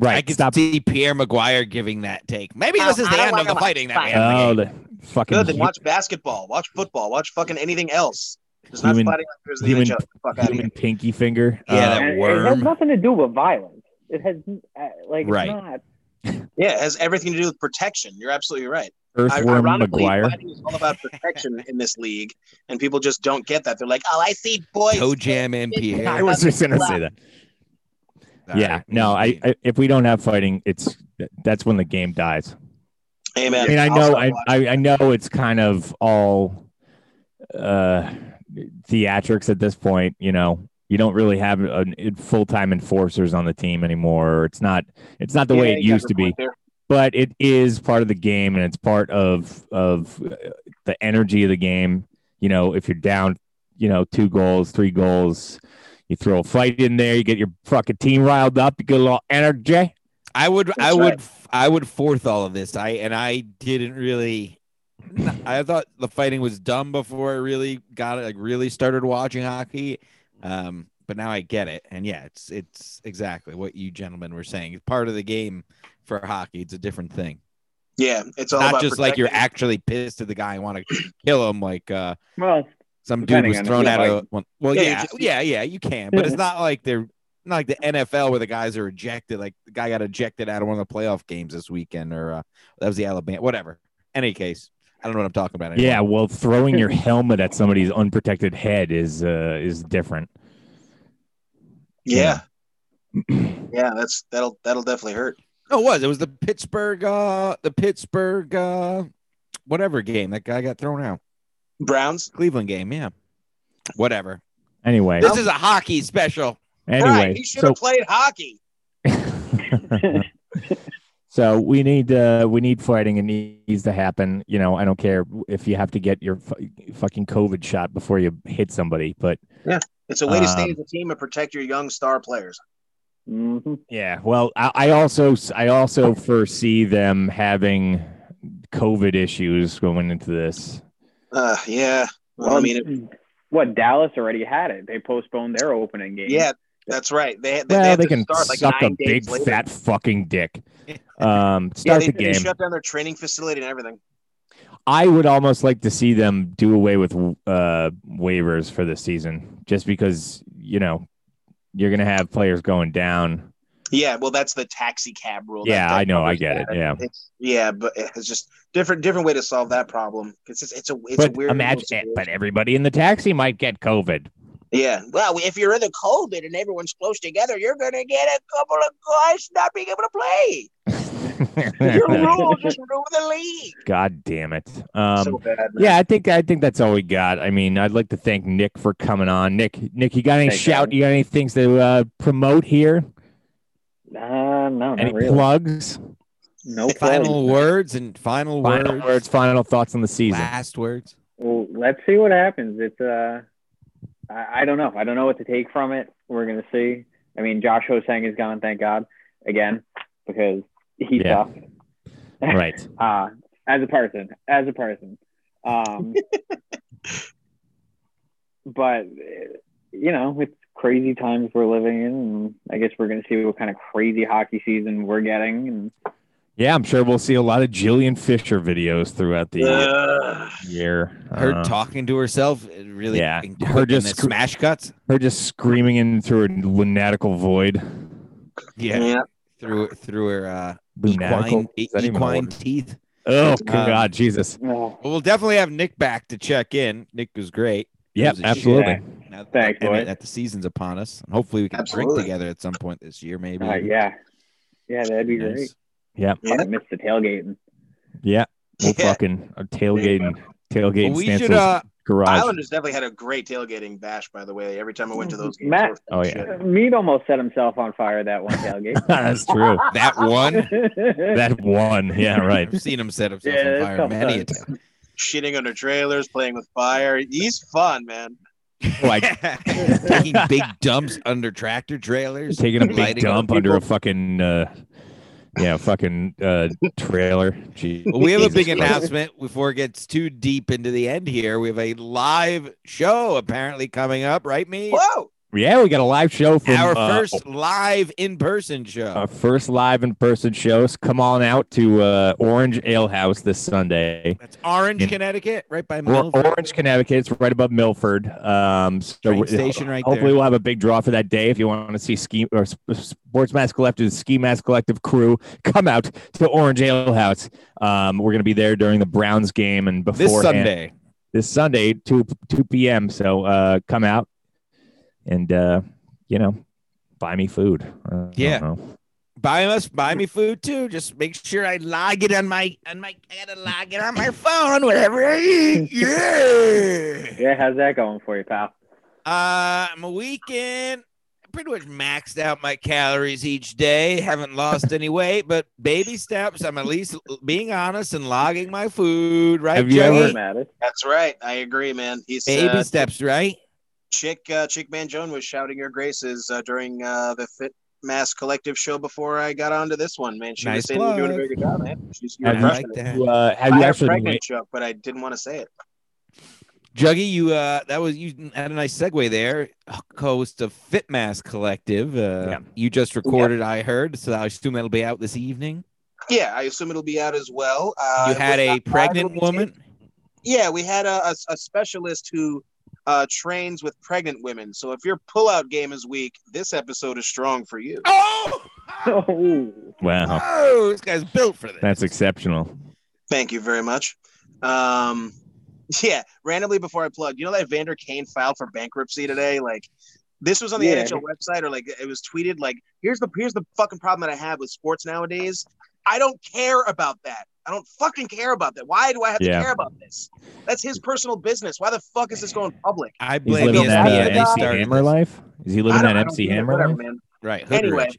[SPEAKER 3] I
[SPEAKER 1] right
[SPEAKER 3] can
[SPEAKER 1] stop
[SPEAKER 3] see Pierre Maguire giving that take. Maybe
[SPEAKER 2] Oh,
[SPEAKER 3] this is
[SPEAKER 2] I
[SPEAKER 3] the
[SPEAKER 2] don't
[SPEAKER 3] end
[SPEAKER 2] like
[SPEAKER 3] of the
[SPEAKER 2] him.
[SPEAKER 3] fighting that we
[SPEAKER 2] Fine.
[SPEAKER 3] have to
[SPEAKER 1] oh
[SPEAKER 3] hate.
[SPEAKER 1] the fucking
[SPEAKER 2] Good. Then
[SPEAKER 1] hu-
[SPEAKER 2] watch basketball. Watch football. Watch fucking anything else. There's not
[SPEAKER 1] Human-
[SPEAKER 2] fighting like there's in
[SPEAKER 1] human-
[SPEAKER 2] the NHL. Fuck out of
[SPEAKER 1] human
[SPEAKER 2] here.
[SPEAKER 1] pinky finger
[SPEAKER 3] Yeah,
[SPEAKER 1] Uh,
[SPEAKER 3] that
[SPEAKER 4] and it has
[SPEAKER 3] worm.
[SPEAKER 4] nothing to do with violence. It has uh, like
[SPEAKER 3] Right.
[SPEAKER 4] it's not.
[SPEAKER 2] Yeah, it has everything to do with protection. You're absolutely right. I-
[SPEAKER 1] Uh, earthworm
[SPEAKER 2] Ironically,
[SPEAKER 1] mcguire
[SPEAKER 2] fighting is all about protection in this league, and people just don't get that. They're like, "Oh, I see boys."
[SPEAKER 3] Toe jam and Pierre.
[SPEAKER 1] i was just gonna say that
[SPEAKER 3] Sorry.
[SPEAKER 1] yeah no I, I if we don't have fighting it's that's when the game dies
[SPEAKER 2] Amen.
[SPEAKER 1] I mean, I
[SPEAKER 2] I'll
[SPEAKER 1] know,
[SPEAKER 2] stop
[SPEAKER 1] I,
[SPEAKER 2] watching.
[SPEAKER 1] I, I know it's kind of all uh, theatrics at this point, you know, you don't really have an, full time enforcers on the team anymore. It's not it's not the way
[SPEAKER 2] Yeah,
[SPEAKER 1] it
[SPEAKER 2] you got
[SPEAKER 1] used
[SPEAKER 2] your
[SPEAKER 1] to be
[SPEAKER 2] point there.
[SPEAKER 1] but it is part of the game and it's part of of uh, the energy of the game you know if you're down you know two goals three goals you throw a fight in there you get your fucking team riled up you get a little energy
[SPEAKER 3] I would, I
[SPEAKER 2] That's
[SPEAKER 3] would,
[SPEAKER 2] right.
[SPEAKER 3] I would fourth all of this. I and I didn't really. I thought the fighting was dumb before I really got it. Like really started watching hockey, um, but now I get it. And yeah, it's it's exactly what you gentlemen were saying. It's part of the game for hockey. It's a different thing.
[SPEAKER 2] Yeah, it's all
[SPEAKER 3] Not
[SPEAKER 2] about
[SPEAKER 3] just like you're
[SPEAKER 2] protecting-
[SPEAKER 3] actually pissed at the guy and want to kill him. Like uh,
[SPEAKER 4] Well,
[SPEAKER 3] some dude
[SPEAKER 4] Depending
[SPEAKER 3] was
[SPEAKER 4] on
[SPEAKER 3] thrown
[SPEAKER 4] who
[SPEAKER 3] out
[SPEAKER 4] you
[SPEAKER 3] of one. Well,
[SPEAKER 2] Yeah,
[SPEAKER 3] yeah,
[SPEAKER 2] just-
[SPEAKER 3] yeah, yeah, you can, but it's not like they're not like the NFL where the guys are ejected. Like the guy got ejected out of one of the playoff games this weekend, or uh, that was the Alabama, whatever. Any case, I don't know what I'm talking about. anymore.
[SPEAKER 1] yeah well throwing your helmet at somebody's unprotected head is uh is different
[SPEAKER 2] Yeah. yeah, that's that'll that'll definitely hurt.
[SPEAKER 3] no, it was it was the Pittsburgh, uh, the Pittsburgh, uh, whatever game that guy got thrown out.
[SPEAKER 2] Browns.
[SPEAKER 3] Cleveland game, yeah, whatever.
[SPEAKER 1] anyway
[SPEAKER 3] This is a hockey special.
[SPEAKER 2] right,
[SPEAKER 1] anyway
[SPEAKER 2] he should have played hockey.
[SPEAKER 1] so So we need uh, we need fighting. It needs to happen. You know, I don't care if you have to get your fu- fucking COVID shot before you hit somebody, but
[SPEAKER 2] It's a way
[SPEAKER 1] Um,
[SPEAKER 2] to stay as a team and protect your young star players.
[SPEAKER 4] mhm.
[SPEAKER 1] Yeah, well, I, I also I also foresee them having COVID issues going into this.
[SPEAKER 2] Uh, yeah. Well, I mean, it,
[SPEAKER 4] what Dallas already had it. They postponed their opening game.
[SPEAKER 2] yeah, that's right. They they,
[SPEAKER 1] Well,
[SPEAKER 2] had
[SPEAKER 1] they
[SPEAKER 2] to
[SPEAKER 1] can
[SPEAKER 2] start like
[SPEAKER 1] suck a
[SPEAKER 2] nine
[SPEAKER 1] big
[SPEAKER 2] days later.
[SPEAKER 1] fat fucking dick. Um,
[SPEAKER 2] yeah,
[SPEAKER 1] start
[SPEAKER 2] they,
[SPEAKER 1] the
[SPEAKER 2] they
[SPEAKER 1] game.
[SPEAKER 2] shut down their training facility and everything.
[SPEAKER 1] I would almost like to see them do away with uh, waivers for this season, just because you know you're gonna have players going down.
[SPEAKER 2] Yeah, well, that's the taxi cab rule. that-
[SPEAKER 1] Yeah,
[SPEAKER 2] that
[SPEAKER 1] I know, I
[SPEAKER 2] covers
[SPEAKER 1] get it,
[SPEAKER 2] that.
[SPEAKER 1] yeah.
[SPEAKER 2] it's, yeah, but it's just different different way to solve that problem. It's just, it's a it's a
[SPEAKER 1] but
[SPEAKER 2] weird
[SPEAKER 1] imagine,
[SPEAKER 2] situation.
[SPEAKER 1] but everybody in the taxi might get COVID.
[SPEAKER 2] Yeah. Well, if you're in the COVID and everyone's close together, you're going to get a couple of guys not being able to play. Your rule just ruined the league.
[SPEAKER 1] God damn it! Um,
[SPEAKER 2] so uh, bad. man.
[SPEAKER 1] Yeah, I think I think that's all we got. I mean, I'd like to thank Nick for coming on. Nick, Nick, you got any
[SPEAKER 4] Thanks,
[SPEAKER 1] shout?
[SPEAKER 4] Adam.
[SPEAKER 1] You got any things to uh, promote here?
[SPEAKER 4] Uh, no,
[SPEAKER 1] any
[SPEAKER 4] not really.
[SPEAKER 1] plugs?
[SPEAKER 4] no problem.
[SPEAKER 3] Final words and final,
[SPEAKER 1] Final
[SPEAKER 3] words,
[SPEAKER 1] words. Final thoughts on the season.
[SPEAKER 3] last words.
[SPEAKER 4] Well, let's see what happens. It's uh, I, I don't know. I don't know what to take from it. We're gonna see. I mean, Josh Hosang is gone, thank God, again, because he
[SPEAKER 1] Yeah.
[SPEAKER 4] sucks.
[SPEAKER 1] Right.
[SPEAKER 4] Uh, as a person, as a person. Um, but eh, you know, it's crazy times we're living in, and I guess we're gonna see what kind of crazy hockey season we're getting. And
[SPEAKER 1] Yeah, I'm sure we'll see a lot of Jillian Fisher videos throughout the
[SPEAKER 2] Ugh.
[SPEAKER 1] year.
[SPEAKER 3] Her
[SPEAKER 1] Uh,
[SPEAKER 3] talking to herself, it really,
[SPEAKER 1] yeah.
[SPEAKER 3] and
[SPEAKER 1] Her just
[SPEAKER 3] the
[SPEAKER 1] scr-
[SPEAKER 3] smash cuts.
[SPEAKER 1] her just screaming in through a lunatical void.
[SPEAKER 3] Yeah, through through her uh,
[SPEAKER 1] Lunatical.
[SPEAKER 3] equine, e-,
[SPEAKER 1] Is that even a
[SPEAKER 3] equine
[SPEAKER 1] word?
[SPEAKER 3] teeth.
[SPEAKER 1] Oh
[SPEAKER 3] Um,
[SPEAKER 1] God, Jesus.
[SPEAKER 4] oh,
[SPEAKER 3] Well, we'll definitely have Nick back to check in. Nick was great.
[SPEAKER 1] Yep,
[SPEAKER 3] was a
[SPEAKER 1] absolutely.
[SPEAKER 4] shit.
[SPEAKER 3] Now that-
[SPEAKER 4] Thanks,
[SPEAKER 3] and
[SPEAKER 4] boy.
[SPEAKER 3] that- that the season's upon us, and hopefully we can
[SPEAKER 2] Absolutely.
[SPEAKER 3] drink together at some point this year, maybe.
[SPEAKER 4] uh, yeah, yeah, that'd be
[SPEAKER 3] Nice.
[SPEAKER 4] great.
[SPEAKER 2] Yeah.
[SPEAKER 4] I missed the tailgating.
[SPEAKER 1] Yeah, we'll
[SPEAKER 2] Yeah.
[SPEAKER 1] fucking uh, tailgating, tailgating.
[SPEAKER 3] Well, we
[SPEAKER 1] Stancil's
[SPEAKER 3] should. Uh,
[SPEAKER 1] garage.
[SPEAKER 2] Islanders definitely had a great tailgating bash, by the way. Every time I went to those games.
[SPEAKER 4] Matt-
[SPEAKER 2] they were fucking
[SPEAKER 1] Oh,
[SPEAKER 2] shit.
[SPEAKER 4] Meat Uh, almost set himself on fire that one tailgate.
[SPEAKER 1] That's true.
[SPEAKER 3] that one.
[SPEAKER 1] That one. Yeah, right.
[SPEAKER 3] I've seen him set himself
[SPEAKER 4] Yeah,
[SPEAKER 3] on
[SPEAKER 4] that's
[SPEAKER 3] fire
[SPEAKER 4] tough
[SPEAKER 3] many a
[SPEAKER 4] times.
[SPEAKER 3] time.
[SPEAKER 2] Shitting under trailers, playing with fire. He's fun, man.
[SPEAKER 1] Like
[SPEAKER 3] Taking big dumps under tractor trailers,
[SPEAKER 1] taking a big
[SPEAKER 3] lighting on
[SPEAKER 1] dump under a fucking uh yeah fucking uh trailer Gee,
[SPEAKER 3] Well, we have a
[SPEAKER 1] Jesus
[SPEAKER 3] big
[SPEAKER 1] Christ.
[SPEAKER 3] announcement before it gets too deep into the end here. We have a live show apparently coming up, right, me?
[SPEAKER 2] Whoa.
[SPEAKER 1] yeah we got a live show from
[SPEAKER 3] Our
[SPEAKER 1] uh,
[SPEAKER 3] first live in person show.
[SPEAKER 1] our first live in person shows come on out to uh orange ale house this sunday
[SPEAKER 3] That's Orange,
[SPEAKER 1] in-
[SPEAKER 3] Connecticut, right by
[SPEAKER 1] or
[SPEAKER 3] Milford.
[SPEAKER 1] orange connecticut it's right above milford um so
[SPEAKER 3] Train
[SPEAKER 1] we-
[SPEAKER 3] station right
[SPEAKER 1] hopefully
[SPEAKER 3] there.
[SPEAKER 1] we'll have a big draw for that day if you want to see ski or S- sports mask collective ski mask collective crew come out to orange ale house um we're gonna be there during the browns game and before
[SPEAKER 3] This Sunday.
[SPEAKER 1] this Sunday, two two p.m. So uh, come out and uh, you know buy me food. I don't
[SPEAKER 3] Yeah.
[SPEAKER 1] know.
[SPEAKER 3] Buy us, buy me food too. Just make sure I log it on my on my. I gotta log it on my phone. Whatever I eat. Yeah.
[SPEAKER 4] yeah, how's that going for you, pal?
[SPEAKER 3] Uh, I'm a weekend. Pretty much maxed out my calories each day. Haven't lost any weight, but baby steps. I'm at least being honest and logging my food. Right?
[SPEAKER 1] Have you
[SPEAKER 3] Joey?
[SPEAKER 1] ever-
[SPEAKER 4] Matt, it's-
[SPEAKER 2] That's right. I agree, man. He's
[SPEAKER 3] baby
[SPEAKER 2] uh,
[SPEAKER 3] steps? Right?
[SPEAKER 2] Chick uh, Chick Man Joan was shouting your graces uh, during uh, the Fit Mass Collective show before I got onto this one, man. She
[SPEAKER 3] Nice
[SPEAKER 2] was saying you're doing a
[SPEAKER 3] plug.
[SPEAKER 2] very good job, man. She's you're
[SPEAKER 1] Have
[SPEAKER 3] I
[SPEAKER 1] you-
[SPEAKER 2] crushing
[SPEAKER 3] like
[SPEAKER 2] it.
[SPEAKER 3] that.
[SPEAKER 1] Uh, have
[SPEAKER 2] I
[SPEAKER 1] you
[SPEAKER 2] had a
[SPEAKER 1] actually?
[SPEAKER 2] pregnant joke, but I didn't want to say it.
[SPEAKER 3] Juggy, you uh, that was you had a nice segue there. Host of Fitmass Collective. Uh,
[SPEAKER 1] Yeah.
[SPEAKER 3] you just recorded. I heard, so I assume that'll be out this evening.
[SPEAKER 2] Yeah, I assume it'll be out as well. Uh,
[SPEAKER 3] you
[SPEAKER 2] it was not
[SPEAKER 3] had a
[SPEAKER 2] live, it'll
[SPEAKER 3] pregnant
[SPEAKER 2] be
[SPEAKER 3] woman.
[SPEAKER 2] Yeah, we had a, a, a specialist who uh, trains with pregnant women. So if your pullout game is weak, this episode is strong for you.
[SPEAKER 3] Oh,
[SPEAKER 4] Oh,
[SPEAKER 2] Uh,
[SPEAKER 1] Wow,
[SPEAKER 3] oh, this guy's built for this.
[SPEAKER 1] that's exceptional.
[SPEAKER 2] Thank you very much. Um, yeah, randomly before I plug, you know that Vander Kane filed for bankruptcy today? Like, this was on the
[SPEAKER 4] Yeah.
[SPEAKER 2] NHL website, or like it was tweeted. Like, here's the here's the fucking problem that I have with sports nowadays. I don't care about that. I don't fucking care about that. Why do I have
[SPEAKER 1] Yeah.
[SPEAKER 2] to care about this? That's his personal business. Why the fuck is this going public?
[SPEAKER 3] I
[SPEAKER 1] He's
[SPEAKER 3] blame
[SPEAKER 1] living that
[SPEAKER 2] that's
[SPEAKER 1] uh,
[SPEAKER 2] the
[SPEAKER 1] MC
[SPEAKER 2] guy.
[SPEAKER 3] ESPN.
[SPEAKER 1] Hammer life. Is he living
[SPEAKER 2] I don't-
[SPEAKER 1] that
[SPEAKER 2] I don't
[SPEAKER 1] MC
[SPEAKER 2] care,
[SPEAKER 1] Hammer
[SPEAKER 2] whatever,
[SPEAKER 1] life?
[SPEAKER 2] man.
[SPEAKER 3] Right.
[SPEAKER 2] Anyway.
[SPEAKER 3] Hoodrich.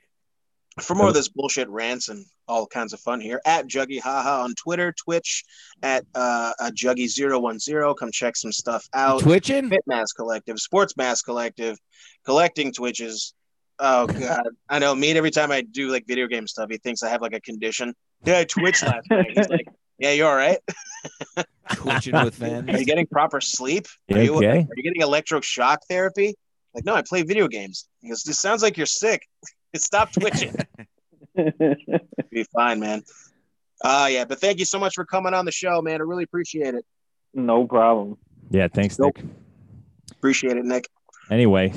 [SPEAKER 2] For more
[SPEAKER 1] Oh.
[SPEAKER 2] of this bullshit rants and all kinds of fun here at Juggy Haha on Twitter, Twitch at uh, uh, Juggy010. Come check some stuff out.
[SPEAKER 3] twitching.
[SPEAKER 2] Fit Mass Collective, Sports Mass Collective, collecting Twitches. Oh god, I know. Me and every time I do like video game stuff, he thinks I have like a condition. Yeah, I twitched last night. He's like, "Yeah, you all right?
[SPEAKER 3] twitching with fans.
[SPEAKER 2] Are you getting proper sleep?
[SPEAKER 1] You
[SPEAKER 2] Are you,
[SPEAKER 1] okay?
[SPEAKER 2] are you getting electroshock therapy?" Like, no, I play video games. He goes, "This sounds like you're sick. Stop twitching." be fine, man. Uh yeah, but thank you so much for coming on the show, man. I really appreciate it.
[SPEAKER 4] no problem.
[SPEAKER 1] Yeah, thanks,
[SPEAKER 2] Nope.
[SPEAKER 1] Nick.
[SPEAKER 2] Appreciate it, Nick.
[SPEAKER 1] Anyway,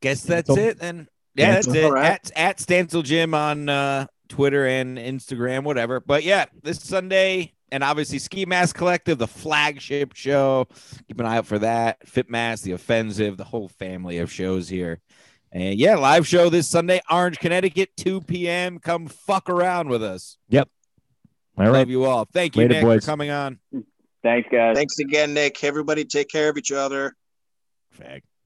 [SPEAKER 3] Guess that's
[SPEAKER 1] So-
[SPEAKER 3] it. And yeah, that's
[SPEAKER 2] All
[SPEAKER 3] it.
[SPEAKER 2] right.
[SPEAKER 3] At at Stancil Jim on uh, Twitter and Instagram, whatever. But yeah, this Sunday, and obviously Ski Mask Collective, the flagship show. Keep an eye out for that. Fit Mask, the offensive, the whole family of shows here. And yeah, live show this Sunday, Orange, Connecticut, 2 p.m. Come fuck around with us.
[SPEAKER 1] all
[SPEAKER 3] Love
[SPEAKER 1] right.
[SPEAKER 3] you all. Thank you,
[SPEAKER 1] Later,
[SPEAKER 3] Nick,
[SPEAKER 1] boys.
[SPEAKER 3] for coming on.
[SPEAKER 4] Thanks, guys.
[SPEAKER 2] Thanks again, Nick. Everybody take care of each other.
[SPEAKER 3] Fag.